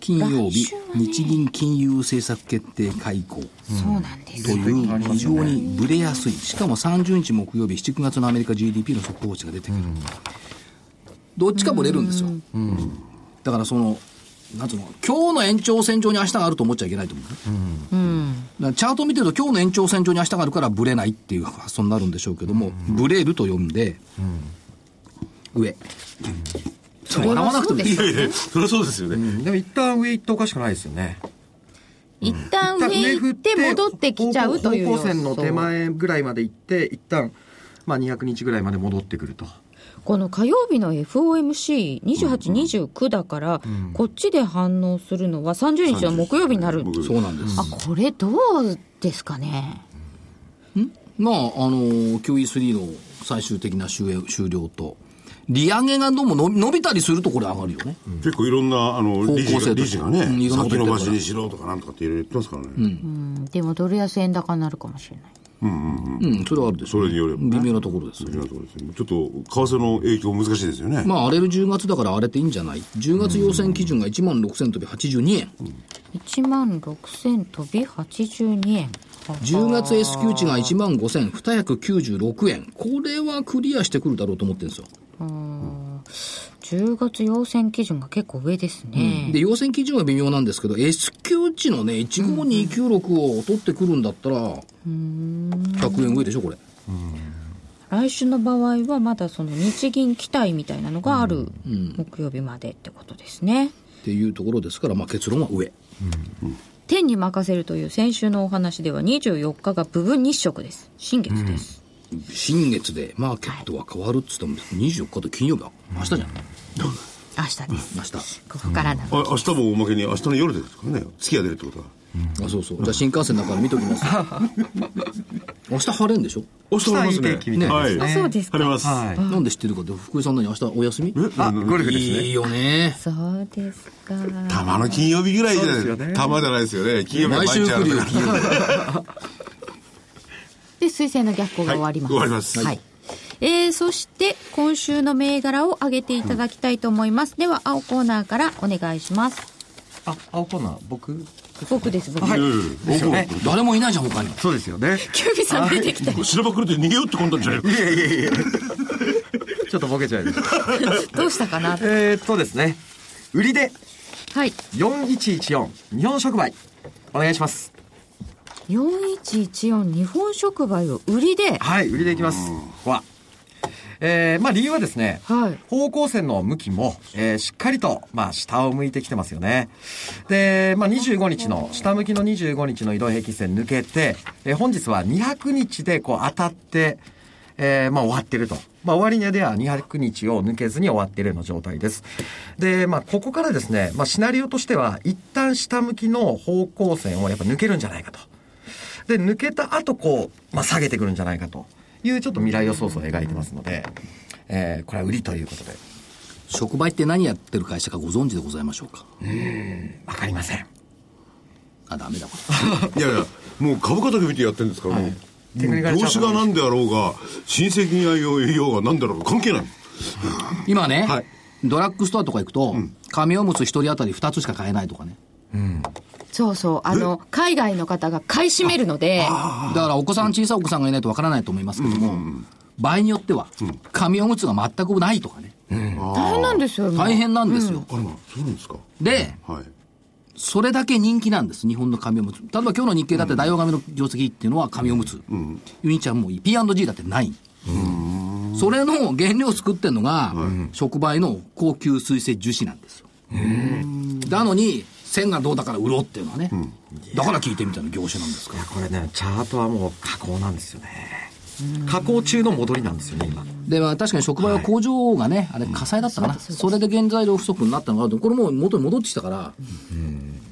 Speaker 2: 金曜日、日銀金融政策決定会合
Speaker 1: そうなんです
Speaker 2: という、非常にブレやすい、しかも30日木曜日、7月のアメリカ GDP の速報値が出てくる、どっちかブレるんですよ。だからその、なんつうの、今日の延長線上に明日があると思っちゃいけないと思うね。だからチャート見てると今日の延長線上に明日があるからブレないっていう発想になるんでしょうけども、ブレると読んで、上。
Speaker 1: それは
Speaker 2: 笑わなくてもいい
Speaker 1: そうで
Speaker 3: いやいやそりゃそうですよね。
Speaker 4: うんでも一旦上行っておかしくないですよね
Speaker 1: 一旦上行って戻ってきちゃうという
Speaker 4: 方
Speaker 1: 予
Speaker 4: 向線の手
Speaker 1: 想
Speaker 4: 前ぐらいまで行って一旦まあ200日ぐらいまで戻ってくると
Speaker 1: この火曜日の FOMC28、29だから、こっちで反応するのは30日の木曜日になる。
Speaker 3: 僕
Speaker 2: そうなんです。
Speaker 1: あ、これどうですかね。
Speaker 2: まあ、あのー、QE3 の最終的な終え終了と、利上げがどうも伸び伸びたりするとこれ上がるよね。
Speaker 3: 結構いろんな、あの、理事
Speaker 2: 方向性とか
Speaker 3: が理事がね
Speaker 2: うんい、ろんなこと言っ
Speaker 3: 先
Speaker 2: てる
Speaker 3: 延
Speaker 2: から
Speaker 3: ばしにしろとかなんとかっていろいろ言ってますからね。
Speaker 1: うんでもドル安円高になるかもしれない。
Speaker 2: うん、それはあるでしょ。
Speaker 3: そうれによればね
Speaker 2: 微妙なところです。
Speaker 3: そういうところですねちょっと、為替の影響難しいですよね。
Speaker 2: まあ、荒れる10月だから荒れていいんじゃない ?10 月要請基準が1万6000飛び82円。
Speaker 1: 1万6000飛び82円。
Speaker 2: 10月 S q 値が1万5296円。これはクリアしてくるだろうと思ってるんですよ。
Speaker 1: 10月要請基準が結構上ですね。
Speaker 2: で、要請基準は微妙なんですけど、S q 値のね、15296を取ってくるんだったら、100円上でしょ、これ。
Speaker 1: 来週の場合はまだその日銀期待みたいなのがある木曜日までってことですね。
Speaker 2: っていうところですから、まあ結論は上。
Speaker 1: 天に任せるという先週のお話では24日が部分日食です新月です、
Speaker 2: 新月でマーケットは変わるっつっても、24日と金曜日は明日じゃん。
Speaker 1: 明日です
Speaker 2: 明日。
Speaker 1: ここからなんで
Speaker 3: あ明日もおまけに、明日の夜ですからね、月が出るってことは。
Speaker 2: あ、そうそう。じゃあ新幹線の中から見とき
Speaker 3: [LAUGHS]
Speaker 2: ます。明日晴れんでしょ
Speaker 3: 明日晴れますね
Speaker 4: 下行ってみたい
Speaker 3: は
Speaker 4: です
Speaker 3: い。
Speaker 4: ね
Speaker 1: あそうですか
Speaker 3: 晴れます。
Speaker 4: はい
Speaker 2: なんで知ってるかって、福井さん何明日お休み
Speaker 3: え
Speaker 4: あゴルフですね
Speaker 2: いいよね。
Speaker 1: そうですか
Speaker 3: たまの金曜日ぐらいじゃない
Speaker 4: そうですよね
Speaker 3: たまじゃないですよね。金曜日は
Speaker 2: 毎週来るよ
Speaker 3: 毎、日
Speaker 2: 金
Speaker 3: あ
Speaker 2: 曜日。
Speaker 1: で彗星の逆行が終わります、
Speaker 3: はい終わります
Speaker 1: はいえーそして今週の銘柄を上げていただきたいと思います、では青コーナーからお願いします
Speaker 4: あ青コーナー僕
Speaker 1: 僕です僕、
Speaker 3: る
Speaker 4: ですよね
Speaker 2: 誰もいないじゃん、他に。
Speaker 4: そうですよ [LAUGHS] ね
Speaker 1: キュービさん出てきた
Speaker 3: おう白ばくれて逃げようってこんだんじゃない
Speaker 4: いやいやい [LAUGHS] やちょっとボケちゃいました
Speaker 1: どうしたかな
Speaker 4: えーっとですね売りで
Speaker 1: はい
Speaker 4: 4114日本触媒お願いします
Speaker 1: 4114日本触媒を売りで
Speaker 4: はい売りでいきますはえーまあ理由はですね、
Speaker 1: はい
Speaker 4: 方向線の向きも、えーしっかりと、まあ、下を向いてきてますよね。で、まあ、25日の、下向きの25日の移動平均線抜けて、えー本日は200日でこう当たって、えーまあ、終わってると。まあ、終値では200日を抜けずに終わってるような状態です。で、まあ、ここからですね、まあ、シナリオとしては、一旦下向きの方向線をやっぱ抜けるんじゃないかと。で、抜けた後、こう、まあ、下げてくるんじゃないかという、ちょっと未来予想図を描いてますので、えーこれは売りということで、
Speaker 2: 触媒って何やってる会社かご存知でございましょうか
Speaker 4: わかりません。
Speaker 2: あ、ダメだこ
Speaker 3: いやいや、もう株価だけ見てやってるんですから、もう
Speaker 4: テクニカルチャ
Speaker 3: 業
Speaker 4: ート
Speaker 3: 種が何であろうが、親戚に愛用ようが何だろうが関係ない。
Speaker 2: れ。今ね、
Speaker 3: はい
Speaker 2: ドラッグストアとか行くと、紙おむつ一人当たり2つしか買えないとかね。
Speaker 1: そうそうあの海外の方が買い占めるので
Speaker 2: だからお子さん、小さいお子さんがいないとわからないと思いますけども、場合によっては、紙おむつが全くないとかね。
Speaker 1: 大変なんですよ今
Speaker 2: 大変なんですよ。
Speaker 3: あらまあ、そうなんですか。
Speaker 2: で、
Speaker 3: はい。
Speaker 2: それだけ人気なんです、日本の紙おむつ。例えば今日の日経だって大王紙の業績っていうのは紙おむつ。ユニちゃんも P&G だってない。それの原料を作ってるのが、触媒の高級水性樹脂なんですよ。なのに、線がどうだから売ろうっていうのはね。だから聞いてみたいな業種なんですか
Speaker 4: い
Speaker 2: ら。
Speaker 4: やこれね、チャートはもう加工なんですよね。加工中の戻りなんですよね、今。
Speaker 2: で、まあ確かに触媒は工場がね、あれ火災だったかな。それで原材料不足になったのがあると、これもう元に戻ってきたから、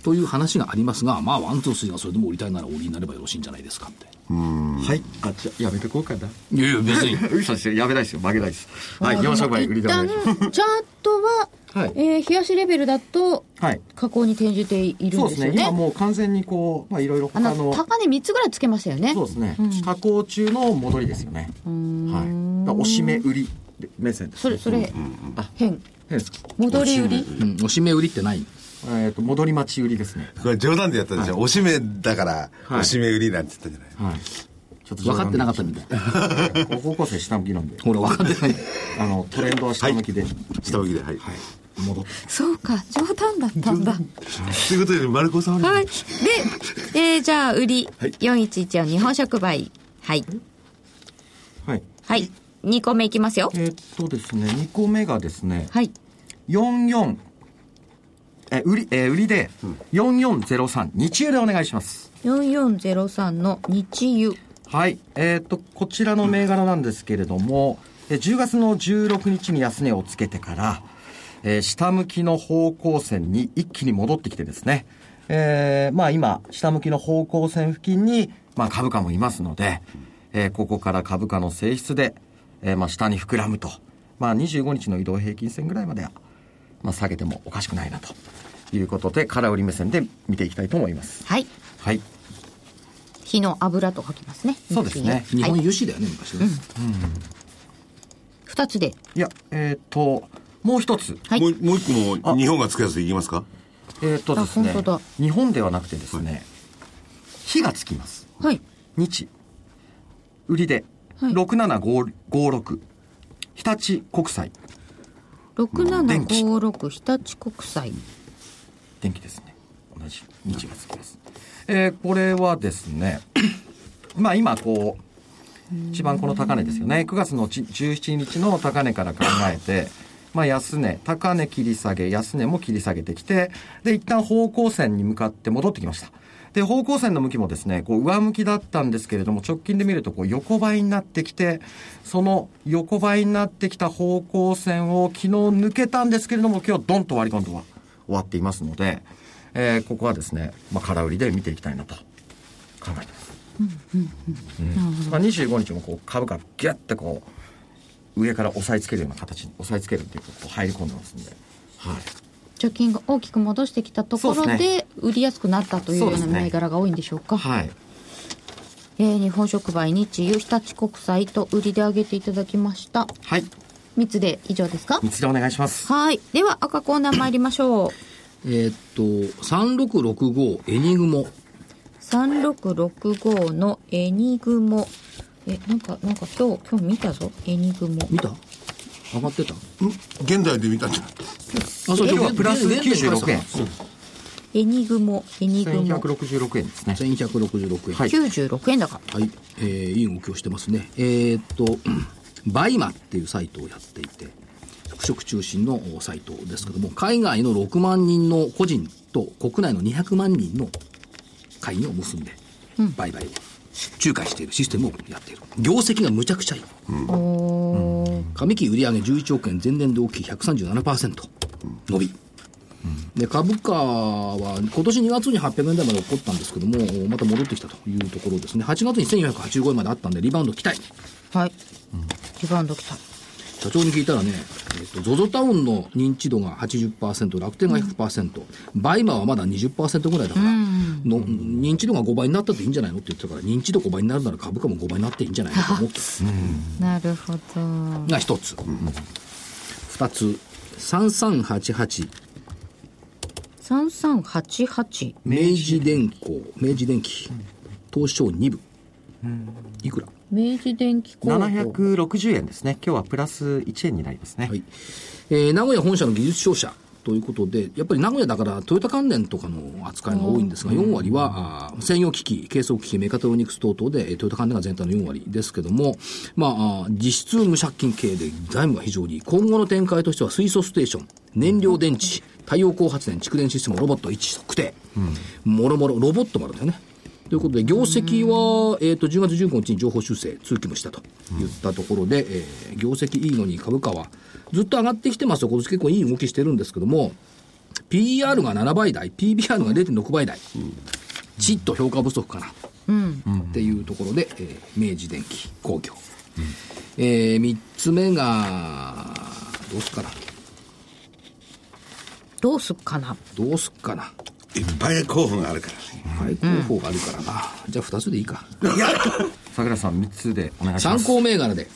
Speaker 2: という話がありますが、まあワン、ツー、スリーがそれでも売りたいなら売りになればよろしいんじゃないですかって。
Speaker 4: はい。あ、じゃあやめてこうかな。
Speaker 2: いやいや、別に。
Speaker 4: 嘘ですよ。やめないですよ。曲げないです。はい。
Speaker 1: でも
Speaker 4: 4商売売り
Speaker 1: 一
Speaker 4: でお願
Speaker 1: 旦
Speaker 4: い
Speaker 1: チ
Speaker 4: し
Speaker 1: ャ
Speaker 4: ます。 [LAUGHS]
Speaker 1: ートは、
Speaker 4: はい
Speaker 1: えー冷やしレベルだと
Speaker 4: はい。
Speaker 1: 加工に転じている
Speaker 4: そ
Speaker 1: ん
Speaker 4: う
Speaker 1: で
Speaker 4: ですす
Speaker 1: よ
Speaker 4: ね。
Speaker 1: ね
Speaker 4: 今もう完全にこう、まあいろいろ
Speaker 1: あ
Speaker 4: 他
Speaker 1: の
Speaker 4: の。
Speaker 1: 高値3つぐらいつけましたよね
Speaker 4: そうですね。加工中の戻りですよね。はい。だから押し目売りで目線です。
Speaker 1: それそれ、変
Speaker 4: 変ですか
Speaker 1: 戻り売り
Speaker 2: うん、おしめ売りってない
Speaker 4: えっと、戻り待ち売りですね。
Speaker 7: これ冗談でやったでしょ。おしめだから、
Speaker 4: はい
Speaker 7: おしめ売りなんて言ったんじゃない
Speaker 4: はい。ちょっと
Speaker 2: 分かってなかったみたい。
Speaker 4: た。高校生下向きなんで。
Speaker 2: ほら、分かってない。
Speaker 4: あの、トレンドは下向きで。
Speaker 3: 下向きで、はい。
Speaker 4: 戻って
Speaker 1: そうか冗談だったんだ
Speaker 7: ということで、丸子さんは、
Speaker 1: はい。で、えーじゃあ、売り、4114日本触媒。はい。
Speaker 4: はい
Speaker 1: はい。2個目いきますよ。
Speaker 4: えーっとですね2個目がですね
Speaker 1: はい。
Speaker 4: 44え売りえー売りで4403日油でお願いします
Speaker 1: 4403の日油。
Speaker 4: はい、えー、とこちらの銘柄なんですけれども、えー10月の16日に安値をつけてから、えー下向きの方向線に一気に戻ってきてですね、えーまあ、今、下向きの方向線付近に、まあ、株価もいますので、えーここから株価の性質で、えーまあ、下に膨らむと、まあ、25日の移動平均線ぐらいまでは、まあ、下げてもおかしくないなということで、空売り目線で見ていきたいと思います。
Speaker 1: はい。
Speaker 4: はい
Speaker 1: 火の油と書きますね。
Speaker 4: そうですね
Speaker 1: 日
Speaker 2: 日
Speaker 1: 油は
Speaker 2: 本
Speaker 1: い。
Speaker 2: 油脂だよね、昔ね。
Speaker 1: 二つで。
Speaker 4: いや、えっ、と、もう一つ。
Speaker 1: はい
Speaker 7: もうもう一個も日本がつくやつでいきますか
Speaker 4: えっ、とですね
Speaker 1: あ本当だ、
Speaker 4: 日本ではなくてですね、火がつきます。
Speaker 1: はい。
Speaker 4: 日。売りで、
Speaker 1: はい
Speaker 4: 6756。日立国際。
Speaker 1: 6756日立国際。
Speaker 4: 電気ですね。同じ日がつきます。えーこれはですね、まあ今こう、一番この高値ですよね。9月のち17日の高値から考えて、まあ安値、高値切り下げ、安値も切り下げてきて、で、一旦方向線に向かって戻ってきました。で、方向線の向きもですね、こう上向きだったんですけれども、直近で見るとこう横ばいになってきて、その横ばいになってきた方向線を昨日抜けたんですけれども、今日ドンと割り込んでは終わっていますので、えーここはですね、まあ空売りで見ていきたいなと考えてます。まあ、25日もこう株価ギュッてこう上から押さえつけるような形に押さえつけるっていうかこう入り込んでますんで、はい、
Speaker 1: 貯金が大きく戻してきたところ
Speaker 4: そう
Speaker 1: で
Speaker 4: ですね
Speaker 1: 売りやすくなったというような
Speaker 4: そうですね
Speaker 1: 銘柄が多いんでしょうか。
Speaker 4: はい、
Speaker 1: えー日本触媒、日油、日立国際と売りで上げていただきました。
Speaker 4: はい、
Speaker 1: 三つで以上ですか
Speaker 4: 三つでお願いします。
Speaker 1: はい。では、赤コーナー参りましょう。
Speaker 2: えーっと、3665エニグモ。
Speaker 1: 3665のエニグモ。え、なんか、なんか今日、今日見たぞ。エニグモ。
Speaker 2: 見た上がってた
Speaker 7: ん現代で見たんじゃない
Speaker 2: あ、そう、
Speaker 4: 今日はプラス
Speaker 2: 現現現
Speaker 4: 96円
Speaker 1: エニグモ、エニグモ。
Speaker 4: 1166円ですね。
Speaker 2: 1166円。
Speaker 4: はい
Speaker 1: 96円だから。
Speaker 2: はい、えーいい動きをしてますね。えーっと、 [CLEARS THROAT] バイマっていうサイトをやっていて、服飾中心のおサイトですけども、海外の6万人の個人と国内の200万人の会員を結んで、売買を仲介しているシステムをやっている。業績がむちゃくちゃいい。上期売上11億円、前年同期比137%伸び。で株価は今年2月に800円台まで起こったんですけども、また戻ってきたというところですね、8月に1485円まであったんで、リバウンド期待、
Speaker 1: はい。リバウンド来た。
Speaker 2: 社長に聞いたらね、えっと ZOZO タウンの認知度が80%、楽天が100%、バイマーはまだ20%ぐらいだから、の認知度が5倍になったっていいんじゃないのって言ってたから、認知度5倍になるなら株価も5倍になっていいんじゃないのと思って。
Speaker 1: なるほど。
Speaker 2: が一つ。二つ、3388、
Speaker 1: 3388。
Speaker 2: 明治電工、明治電機、東証2部。いくら
Speaker 1: 明治電機工業。
Speaker 4: 760円ですね。今日はプラス1円になりますね。
Speaker 2: はいえー名古屋本社の技術商社ということで、やっぱり名古屋だからトヨタ関連とかの扱いが多いんですが、4割は、あー専用機器、計測機器、メカトロニクス等々で、えートヨタ関連が全体の4割ですけども、まああー、実質無借金系で財務が非常にいい、今後の展開としては水素ステーション、燃料電池、太陽光発電、蓄電システム、ロボット1測定、もろもろ、ロボットもあるんだよね。ということで、業績は、えっ、と、10月15日に情報修正、通期もしたと言ったところで、えー業績いいのに株価はずっと上がってきてますよ。今年結構いい動きしてるんですけども、PR が7倍台、PBR が0.6倍台、ちっと評価不足かな、っていうところで、えー明治電機工業。えー、3つ目が、どうすっかな。
Speaker 1: どうすっかな。
Speaker 2: どうすっかな。
Speaker 7: いっぱい候補があるからね
Speaker 2: はい、候補があるからな。じゃあ2つでいいか。
Speaker 4: 桜井さん3つでお願いしま
Speaker 2: 参
Speaker 4: す。
Speaker 2: 考銘柄で、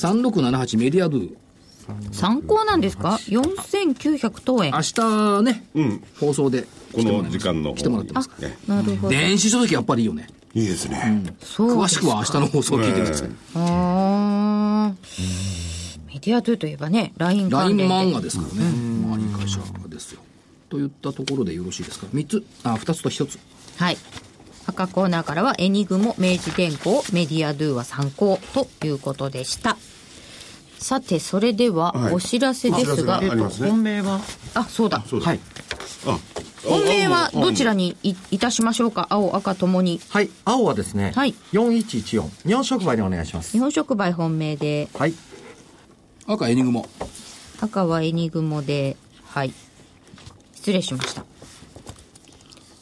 Speaker 2: 3678メディアドゥ。
Speaker 1: 参考なんですか ?4900 等円。
Speaker 2: 明日ね、放送で
Speaker 7: この時間の
Speaker 2: 来てもらってますから
Speaker 7: ね
Speaker 1: なるほど。
Speaker 2: 電子書籍やっぱりいいよね
Speaker 7: いいですね
Speaker 1: そう
Speaker 2: 詳
Speaker 1: で
Speaker 2: し
Speaker 1: す
Speaker 2: くは明日の放送を聞いてください、
Speaker 1: あーメメディアトゥといえばね、LINE
Speaker 2: ライ
Speaker 1: 関
Speaker 2: ン
Speaker 1: 連で。
Speaker 2: 漫画ですからね、まあ、いい会社ですよ。といったところでよろしいですか、3つ、あ2つと1つ、
Speaker 1: はい。赤コーナーからは、エニグモ、明治電工、メディアドゥは参考ということでした。さて、それでは、お知らせですが、
Speaker 3: お知らせがありますね
Speaker 4: 本命は
Speaker 1: あ、そうだ。
Speaker 3: そうだ
Speaker 4: はい
Speaker 3: あ
Speaker 1: 本命はどちら
Speaker 3: に
Speaker 1: にいいたしましょうか青、赤ともに。
Speaker 4: はい青はですね、
Speaker 1: はい
Speaker 4: 4114日本触媒でお願いします
Speaker 1: 日本触媒本命で、
Speaker 4: はい
Speaker 2: 赤、エニグモ、
Speaker 1: 赤はエニグモで、はい。失礼しました。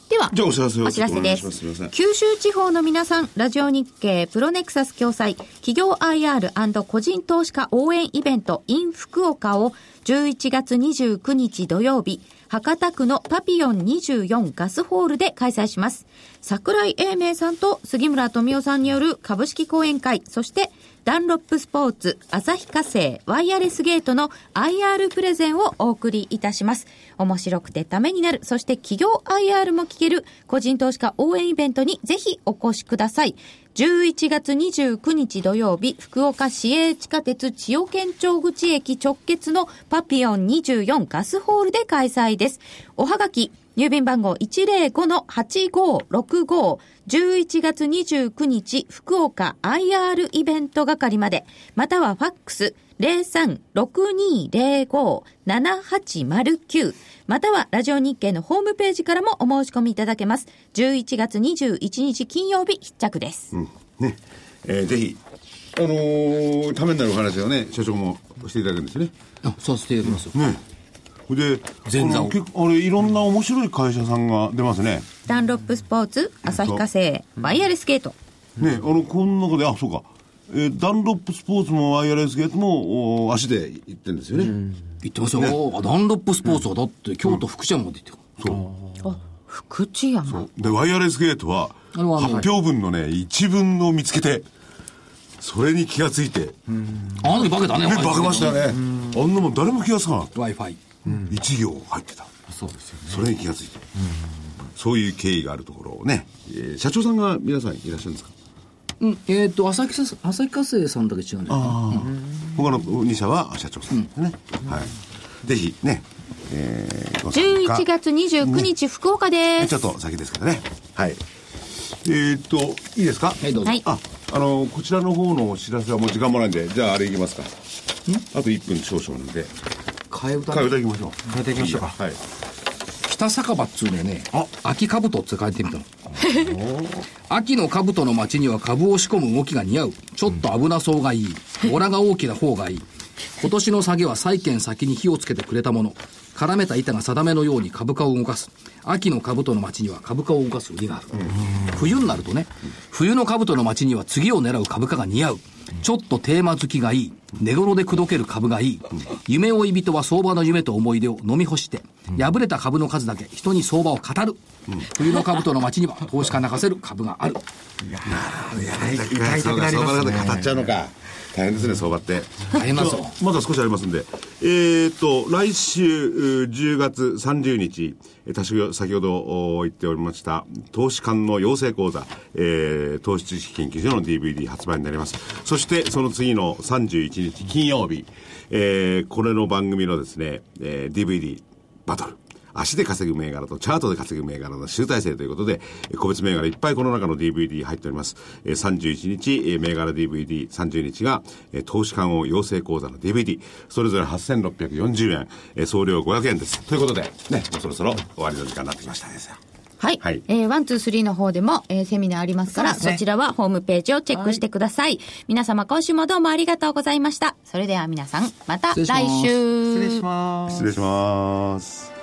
Speaker 1: では、
Speaker 3: じゃあお知らせを
Speaker 1: お知らせで
Speaker 3: お願いしますすいますせん
Speaker 1: 九州地方の皆さん、ラジオ日経プロネクサス共催企業 IR& 個人投資家応援イベント in 福岡を11月29日土曜日、博多区のパピヨン24ガスホールで開催します。桜井英明さんと杉村富夫さんによる株式講演会、そしてダンロップスポーツ、旭化成、ワイヤレスゲートの IR プレゼンをお送りいたします。面白くてためになる、そして企業 IR も聞ける個人投資家応援イベントにぜひお越しください。11月29日土曜日、福岡市営地下鉄千代県庁口駅直結のパピオン24ガスホールで開催です。おはがき、郵便番号105-8565、11月29日、福岡 IR イベント係まで、またはファックス03-6205-7809、またはラジオ日経のホームページからもお申し込みいただけます。11月21日金曜日、必着です。
Speaker 3: ね、えーぜひあのーためになるお話をね社長もしていただくんですね
Speaker 2: あさせていただきます、
Speaker 3: ねで
Speaker 2: 前座を
Speaker 3: あの結構あれいろんな面白い会社さんが出ますね
Speaker 1: ダンロップスポーツ、旭化成、ワイヤレスゲート。
Speaker 3: ねあのこの中であそうか、えーダンロップスポーツもワイヤレスゲートもお足で行ってるんですよね、
Speaker 2: 言ってますよ、あダンロップスポーツはだって、京都、福知山まで行ってる、
Speaker 1: あ、福知山。
Speaker 3: でワイヤレスゲートは
Speaker 2: あのあの
Speaker 3: 発表文のね一文を見つけてそれに気がついて、ね、
Speaker 2: あの時化けたね、
Speaker 3: 化けましたね、あんなもん誰も気がつかなかった
Speaker 2: w i f i
Speaker 3: 一行入ってた
Speaker 4: そうですよね
Speaker 3: それに気がついてそういう経緯があるところをね、えー社長さんが皆さんいらっしゃるんですか
Speaker 2: うん、えっ、と、旭化旭化成さんだけ違うんだよね
Speaker 3: 他の2社は社長さんですね、はいぜひね、えー、ご参加
Speaker 1: 11月29日、福岡です
Speaker 3: ちょ。っと先ですけどねはいえー、っといいですかはい
Speaker 2: どうぞ
Speaker 1: はい
Speaker 3: ああのこちらの方のお知らせはもう時間もないんでじゃああれいきますかあと1分少々なんで
Speaker 2: 替え歌
Speaker 3: 替え
Speaker 2: ね
Speaker 3: 歌いきましょう
Speaker 4: 替えていきましょうか
Speaker 3: はい
Speaker 2: 北酒場っつうのね
Speaker 3: あ
Speaker 2: 秋兜って書いてみたの秋の兜の町には株を仕込む動きが似合うちょっと危なそうがいいボラが大きな方がいい今年の下げは債券先に火をつけてくれたもの絡めた板が定めのように株価を動かす秋の兜の町には株価を動かす売りがある、冬になるとね冬の兜の町には次を狙う株価が似合うちょっとテーマ好きがいい。寝頃で口説ける株がいい。夢追い人は相場の夢と思い出を飲み干して、破れた株の数だけ人に相場を語る。冬の株との街には投資家泣かせる株がある。
Speaker 4: 痛い痛くなりますね
Speaker 3: そうか相場の中で語っちゃうのか大変ですね相場って
Speaker 2: 大変だぞ。
Speaker 3: まだ少しありますんで。えー、っと、来週うー10月30日、えー多少先ほどお言っておりました、投資官の養成講座、えー投資知識研究所の DVD 発売になります。そして、その次の31日金曜日、えーこれの番組のですね、えー DVD バトル。足で稼ぐ銘柄とチャートで稼ぐ銘柄の集大成ということで、えー個別銘柄いっぱいこの中の DVD 入っております。えー31日、えー銘柄 DVD、30日が、えー投資官を養成講座の DVD、それぞれ8640円、えー送料500円です。ということで、ね、もうそろそろ終わりの時間になってきましたね。
Speaker 1: はい。
Speaker 3: はい
Speaker 1: えー、ワン、ツー、スリーの方でも、えーセミナーありますから、そちらはホームページをチェックしてください。皆様、今週もどうもありがとうございました。それでは皆さん、また
Speaker 2: 失礼し
Speaker 1: 来
Speaker 2: ます
Speaker 1: 週。
Speaker 4: 失礼します
Speaker 3: 失礼します。